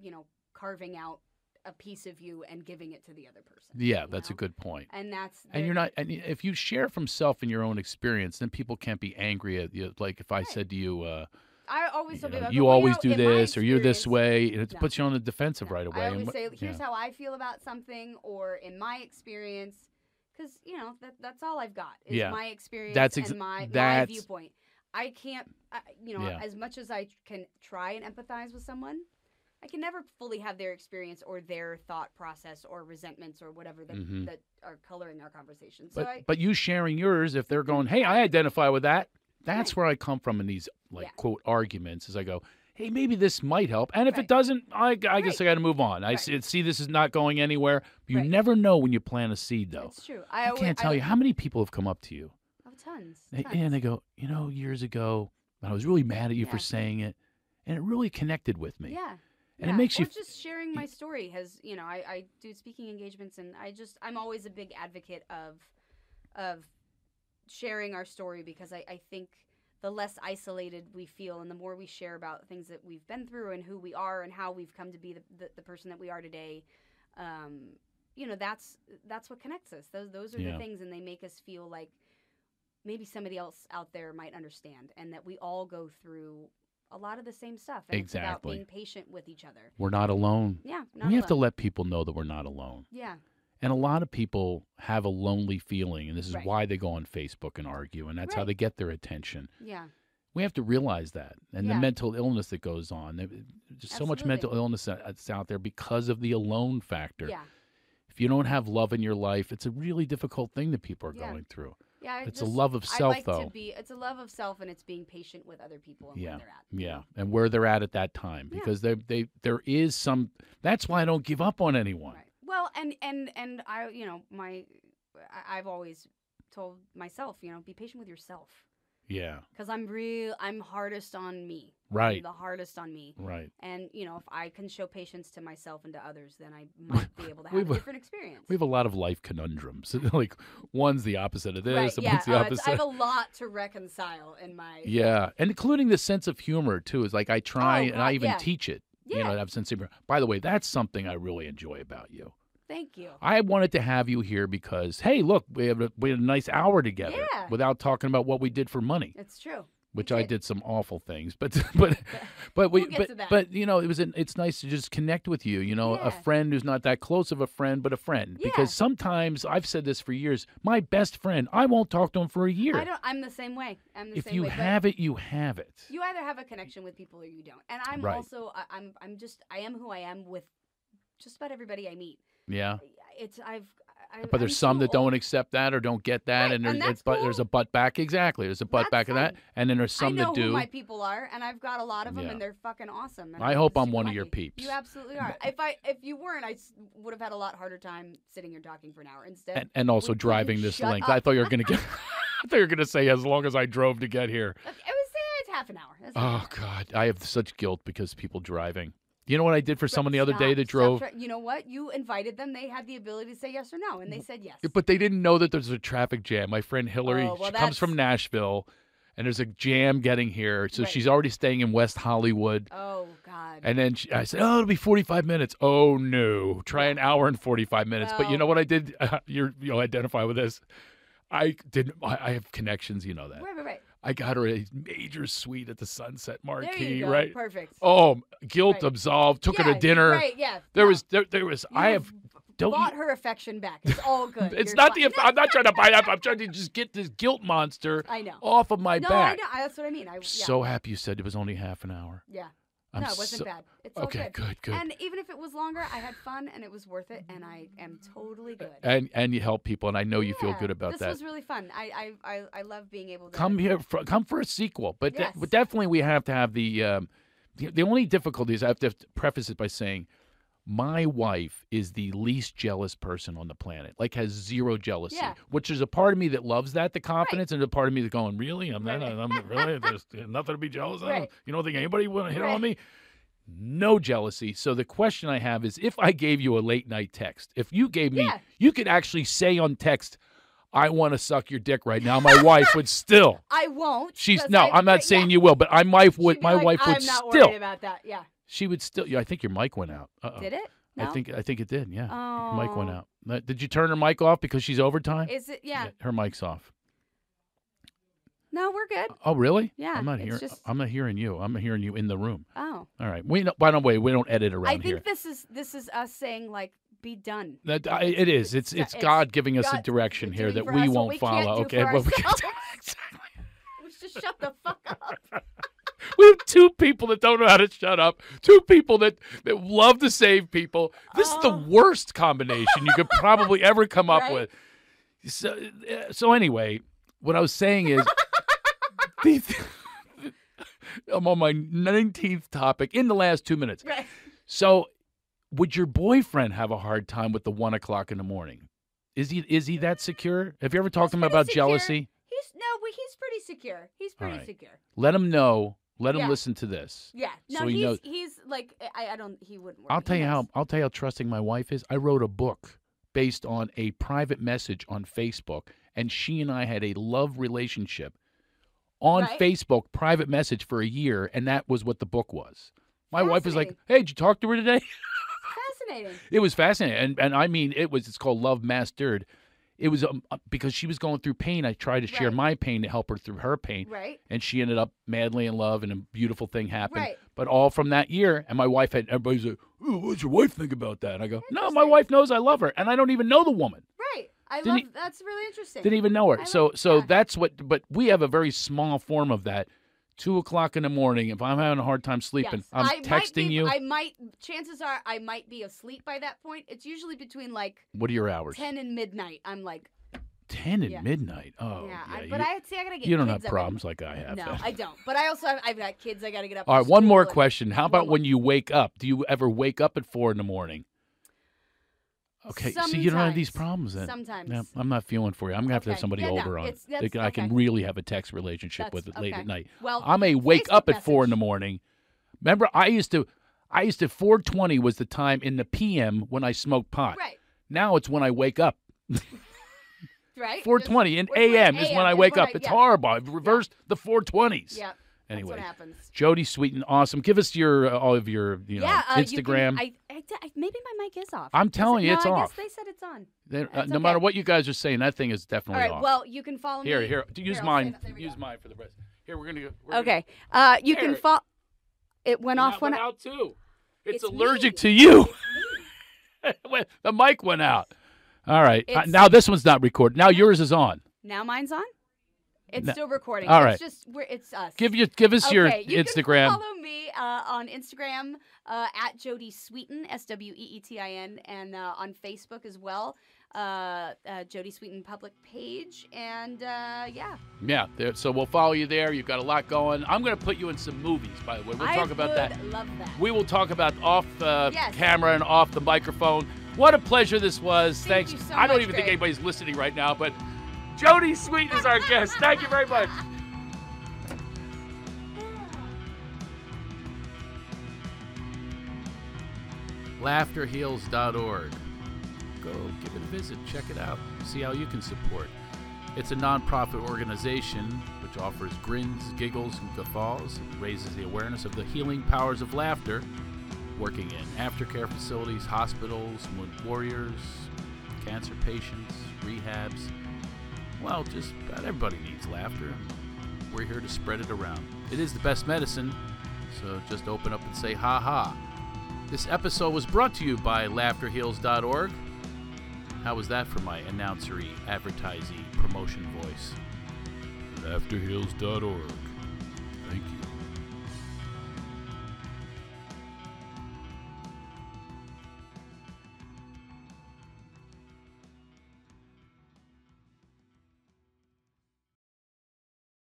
you know carving out a piece of you and giving it to the other person.
Yeah,
you
that's a
know?
good point.
And that's
And you're not. And if you share from self and your own experience, then people can't be angry at you. Like if I said to you, uh,
I always
you,
tell
know,
people I go,
"You
"Well,
always
know,
do
in my
this" or "You're this
experience-
way," and it
No.
puts you on the defensive right away.
I
and
always
what-
say,
yeah.
"Here's how I feel about something," or in my experience, because you know that that's all I've got is
Yeah.
my experience
That's ex-
and my my
that's-
viewpoint. I can't, I you know,
Yeah.
as much as I can try and empathize with someone, I can never fully have their experience or their thought process or resentments or whatever that,
Mhm.
that are coloring our conversation. So
But
I,
but you sharing yours, if they're going, "Hey, I identify with that," that's where I come from in these like
Yeah.
quote arguments. Is I go. Hey, maybe this might help. And if it
Right.
doesn't, I, I guess
Right.
I got to move on. I
Right.
see, see this is not going anywhere. You
Right.
never know when you plant a seed, though.
it's true. I,
I
always,
can't tell you how many people have come up to you
Oh, tons.
and-
tons.
and they go, you know, years ago, I was really mad at you
Yeah.
for saying it, and it really connected with me.
Yeah.
And it
yeah.
makes
or
you f-
just sharing my story has you know I, I do speaking engagements and I just I'm always a big advocate of of sharing our story because I, I think the less isolated we feel and the more we share about things that we've been through and who we are and how we've come to be the, the, the person that we are today um, you know that's that's what connects us those those are
Yeah.
the things and they make us feel like maybe somebody else out there might understand and that we all go through a lot of the same stuff and it's about
Exactly.
being patient with each other
We're not alone.
yeah
we have to let people know that we're not alone.
yeah
And a lot of people have a lonely feeling, and this is
Right.
why they go on Facebook and argue, and that's how
Right.
they get their attention.
yeah
We have to realize that, and the
Yeah.
mental illness that goes on. There- There's so much
Absolutely.
mental illness that- that's out there because of the alone factor.
yeah
If you don't have love in your life, it's a really difficult thing that people are
Yeah.
going through.
yeah I
It's a
just-
love of
I
self,
like
though.
to be it's a love of self and it's being patient with other people and
Yeah.
where they're at
Yeah, and where they're at at that time
Yeah.
because they they there is some. That's why I don't give up on anyone.
Right. Well, and and and I, you know, my, I, I've always told myself, you know, be patient with yourself,
Yeah,
because I'm real, I'm hardest on me, I'm
right,
the hardest on me,
right.
and you know, if I can show patience to myself and to others, then I might be
[LAUGHS]
able to have
We've-
a different experience.
We have a lot of life conundrums. [LAUGHS] like one's the opposite of this,
right?
and
Yeah.
one's the
oh, it's- I have
opposite.
a lot to reconcile in my.
[LAUGHS] Yeah, and including the sense of humor too is like I try
Oh,
and I
God,
even
yeah.
teach it. You
Yeah.
know, to have sense of humor. By the way, that's something I really enjoy about you.
Thank you.
I wanted to have you here because hey, look, we have a, we had a nice hour together
Yeah.
without talking about what we did for money.
It's true. We
which I
did.
did some awful things, but
[LAUGHS]
but but we
We'll get
but,
to that.
but you know it was an, it's nice to just connect with you. You know, a
Yeah.
friend who's not that close of a friend, but a friend
Yeah.
because sometimes I've said this for years. My best friend, I won't talk to him for a year.
I don't. I'm the same way. I'm the
if
same
you
way. but-
have it, you have it.
you either have a connection with people or you don't and i'm
Right.
also I, i'm i'm just i am who i am with just about everybody i meet
yeah,
it's i've I'm,
But there's
I'm
some that
cool.
don't accept that or don't get that,
Right,
and,
and
there's,
that's
it's, but there's
cool.
a butt back. Exactly, there's a butt
That's
back of that,
fine.
and then there's some
I know
that do.
who my people are, and I've got a lot of them,
Yeah.
and they're fucking awesome. and
I hope
feel
I'm
super
one of your
lucky.
peeps.
You absolutely are. If I if you weren't, I would have had a lot harder time sitting here talking for an hour. Instead,
and, and also
Would you
driving this
shut
length.
up?
I thought you were gonna get. [LAUGHS] I thought you were gonna say as long as I drove to get here.
I would say eh, it's half an hour. That's
Oh
half an hour.
God, I have such guilt because people driving. You know what I did for
Right,
someone the other day
stop,
that
stop
drove,
tra- you know what? You invited them. They had the ability to say yes or no, and they said yes.
but they didn't know that there's a traffic jam. My friend Hillary,
Oh, well,
she comes from Nashville, and there's a jam getting here, so
Right.
she's already staying in West Hollywood.
oh God.
And then she, I said, "Oh, it'll be 45 minutes." Oh no, try an hour and 45 minutes. But you
Well-
know what I did? [LAUGHS] you're, you'll identify with this. I did. I, I have connections. You know that.
right, right, right.
I got her a major suite at the Sunset
There
Marquee,
you go.
right?
Perfect.
Oh, guilt
Right.
absolved. Took her
Yeah,
to dinner.
Right. Yeah.
There
no,
was there, there was
you
I have don't
bought
you-
her affection back. It's
[LAUGHS]
all good.
it's
You're
not
fine.
the I'm
[LAUGHS]
not trying to buy up. I'm trying to just get this guilt monster
I know.
off of my
no, I
back.
know. I- That's what I mean. I yeah.
I'm so happy you said it was only half an hour.
yeah.
I'm
no, it wasn't
so-
bad. It's all
Okay,
good.
good, good.
And even if it was longer, I had fun and it was worth it, and I am totally good.
and and you help people, and I know Uh, you feel
Yeah,
good about
this
that.
was really fun. I I, I, I love being able to
come here for, come for a sequel but, de-
Yes.
but definitely we have to have the um, the, the only difficulty is i have to preface it by saying my wife is the least jealous person on the planet like has zero jealousy
Yeah.
which is a part of me that loves that the confidence and a part of me that's going really i'm not
Right.
i'm
[LAUGHS]
really there's nothing to be jealous of
Right.
you don't think anybody would hit
Right.
on me no jealousy so the question i have is if i gave you a late night text if you gave me
Yeah.
you could actually say on text i want to suck your dick right now my wife would still
I won't.
She's
'cause
no,
I,
I'm
[LAUGHS]
not saying you will, but I my would my wife would
I'm not
still
worried about that. Yeah.
she would still. Yeah, I think your mic went out. Uh-oh.
Did it?
I
No?
think I think it did. Yeah, your mic went
Oh.
out. Uh, Did you turn her mic off because she's overtime?
Is it? Yeah.
her mic's off.
No, we're good.
Oh really?
Yeah,
I'm not
it's
hearing.
just-
I'm not hearing you. I'm hearing you in the room.
Oh.
All right. We know, by the way we don't edit around
I think
here.
this is this is us saying like be done.
That I, it is. It's
It's-
it's
it's
God giving us a
God
direction here that
doing for
we
us what
won't
we can't
follow.
do
okay,
for
but we can-
ourselves.
[LAUGHS] exactly.
Let's [LAUGHS] just shut the fuck
[LAUGHS]
up.
We have two people that don't know how to shut up. Two people that, that love to save people. This is the
Oh.
worst combination you could probably
[LAUGHS]
ever come up
Right?
with. So, uh, so anyway, what I was saying
[LAUGHS]
is, these, I'm on my 19th topic in the last two minutes.
Right.
So, would your boyfriend have a hard time with the one o'clock in the morning? Is he is he that secure? Have you ever talked to him
pretty
about
secure.
jealousy?
He's no, but he's pretty secure. He's pretty
right.
secure.
Let him know. Let him
Yeah.
listen to this.
Yeah. No,
So he
he's
knows-
he's like I, I don't he wouldn't work.
I'll tell
He
you
knows.
how I'll tell you how trusting my wife is. I wrote a book based on a private message on Facebook, and she and I had a love relationship on
Right.
Facebook, private message for a year, and that was what the book was. My wife was like,
Fascinating.
"Hey, did you talk to her today?" [LAUGHS]
Fascinating.
It was fascinating, and and I mean, it was. It's called Love Mastered. It was um, uh, because she was going through pain. I tried to share
Right.
my pain to help her through her pain,
Right.
and she ended up madly in love, and a beautiful thing happened.
Right.
But all from that year, and my wife had everybody's like, Ooh, "What's your wife think about that?" And I go, "No, my
Interesting.
wife knows I love her, and I don't even know the woman.
Right. I
Didn't
love
he-
that's really interesting.
Didn't even know her."
I
so,
like
so
that.
that's what. But we have a very small form of that. Two o'clock in the morning. If I'm having a hard time sleeping,
Yes.
I'm
I might
texting
be,
you.
I might chances are I might be asleep by that point. It's usually between like
what are your hours?
ten and midnight. I'm like,
Ten and
Yeah.
midnight. Oh,
yeah,
yeah.
I,
you-
but I see I gotta get
you don't
kids
have
up at-
problems like I have.
No, I don't. But I also have, I've got kids I gotta get up.
All
for
right, one more
school and-
question. How
one
about
more.
when you wake up? Do you ever wake up at four in the morning? Okay, see, you don't have these
Sometimes.
problems then.
Sometimes.
No, I'm not feeling for you. I'm gonna have to have
Okay.
somebody
Yeah, no,
older on.
it's- that's-
that I can
okay.
really have a text relationship with it
That's-
late
okay.
at night.
Well,
I may wake
Facebook
up at four in
message.
the morning. Remember, I used to, I used to four twenty was the time in the p.m. when I smoked pot.
Right.
Now it's when I wake up.
Right.
Four twenty in
Just-
a.m. is when I wake up. it's
yeah,
horrible. I've reversed the four twenties.
Yeah.
Anyway.
That's what happens.
Jody Sweeten, awesome. Give us your uh, all of your you know
yeah, uh, you
Instagram.
Can, I, I, I- maybe my mic is off.
I'm
Is
telling
it-
you,
no,
it's
I
off.
Guess they said it's on.
There- uh,
That's
no matter
okay.
what you guys are saying, that thing is
All
definitely
right.
Oh, off.
Well, you can follow
here,
me.
here, use
I'll
mine.
save it. There we
Use
go.
mine for the rest. Here, we're gonna go. we're gonna-
Okay. Uh, you
There.
can follow. It went
That
off when
went
I.
out too. It's,
It's
allergic
me.
to you. [LAUGHS] Wait, the mic went out. All right. Uh,
It's-
now this one's not recorded. Now yours is on.
Now mine's on. It's
No.
still recording.
All right.
It's just we're, it's us.
Give you give us
okay,
your
you
Instagram.
Can follow me uh, on Instagram uh, at Jody Sweeten S W E E T I N and uh, on Facebook as well. uh, uh, Jody Sweeten public page. And uh, yeah,
Yeah, there, so we'll follow you there. You've got a lot going. I'm going to put you in some movies, by the way. We'll
I
talk about
would
that.
Love that.
We will talk about off uh,
Yes.
camera and off the microphone. What a pleasure this was.
Thank
Thanks.
you so
I don't
much,
even think
Greg.
anybody's listening right now, but Jody Sweet is our guest. Thank you very
[LAUGHS]
much. LaughterHeals.org. Go give it a visit, check it out, see how you can support. It's a nonprofit organization which offers grins, giggles, and guffaws, and raises the awareness of the healing powers of laughter working in aftercare facilities, hospitals, wound warriors, cancer patients, rehabs. Well, just about everybody needs laughter. We're here to spread it around. It is the best medicine, so just open up and say ha ha. This episode was brought to you by laughterheals.org. How was that for my announcery, advertising, promotion voice? Laughterheals.org. Thank you.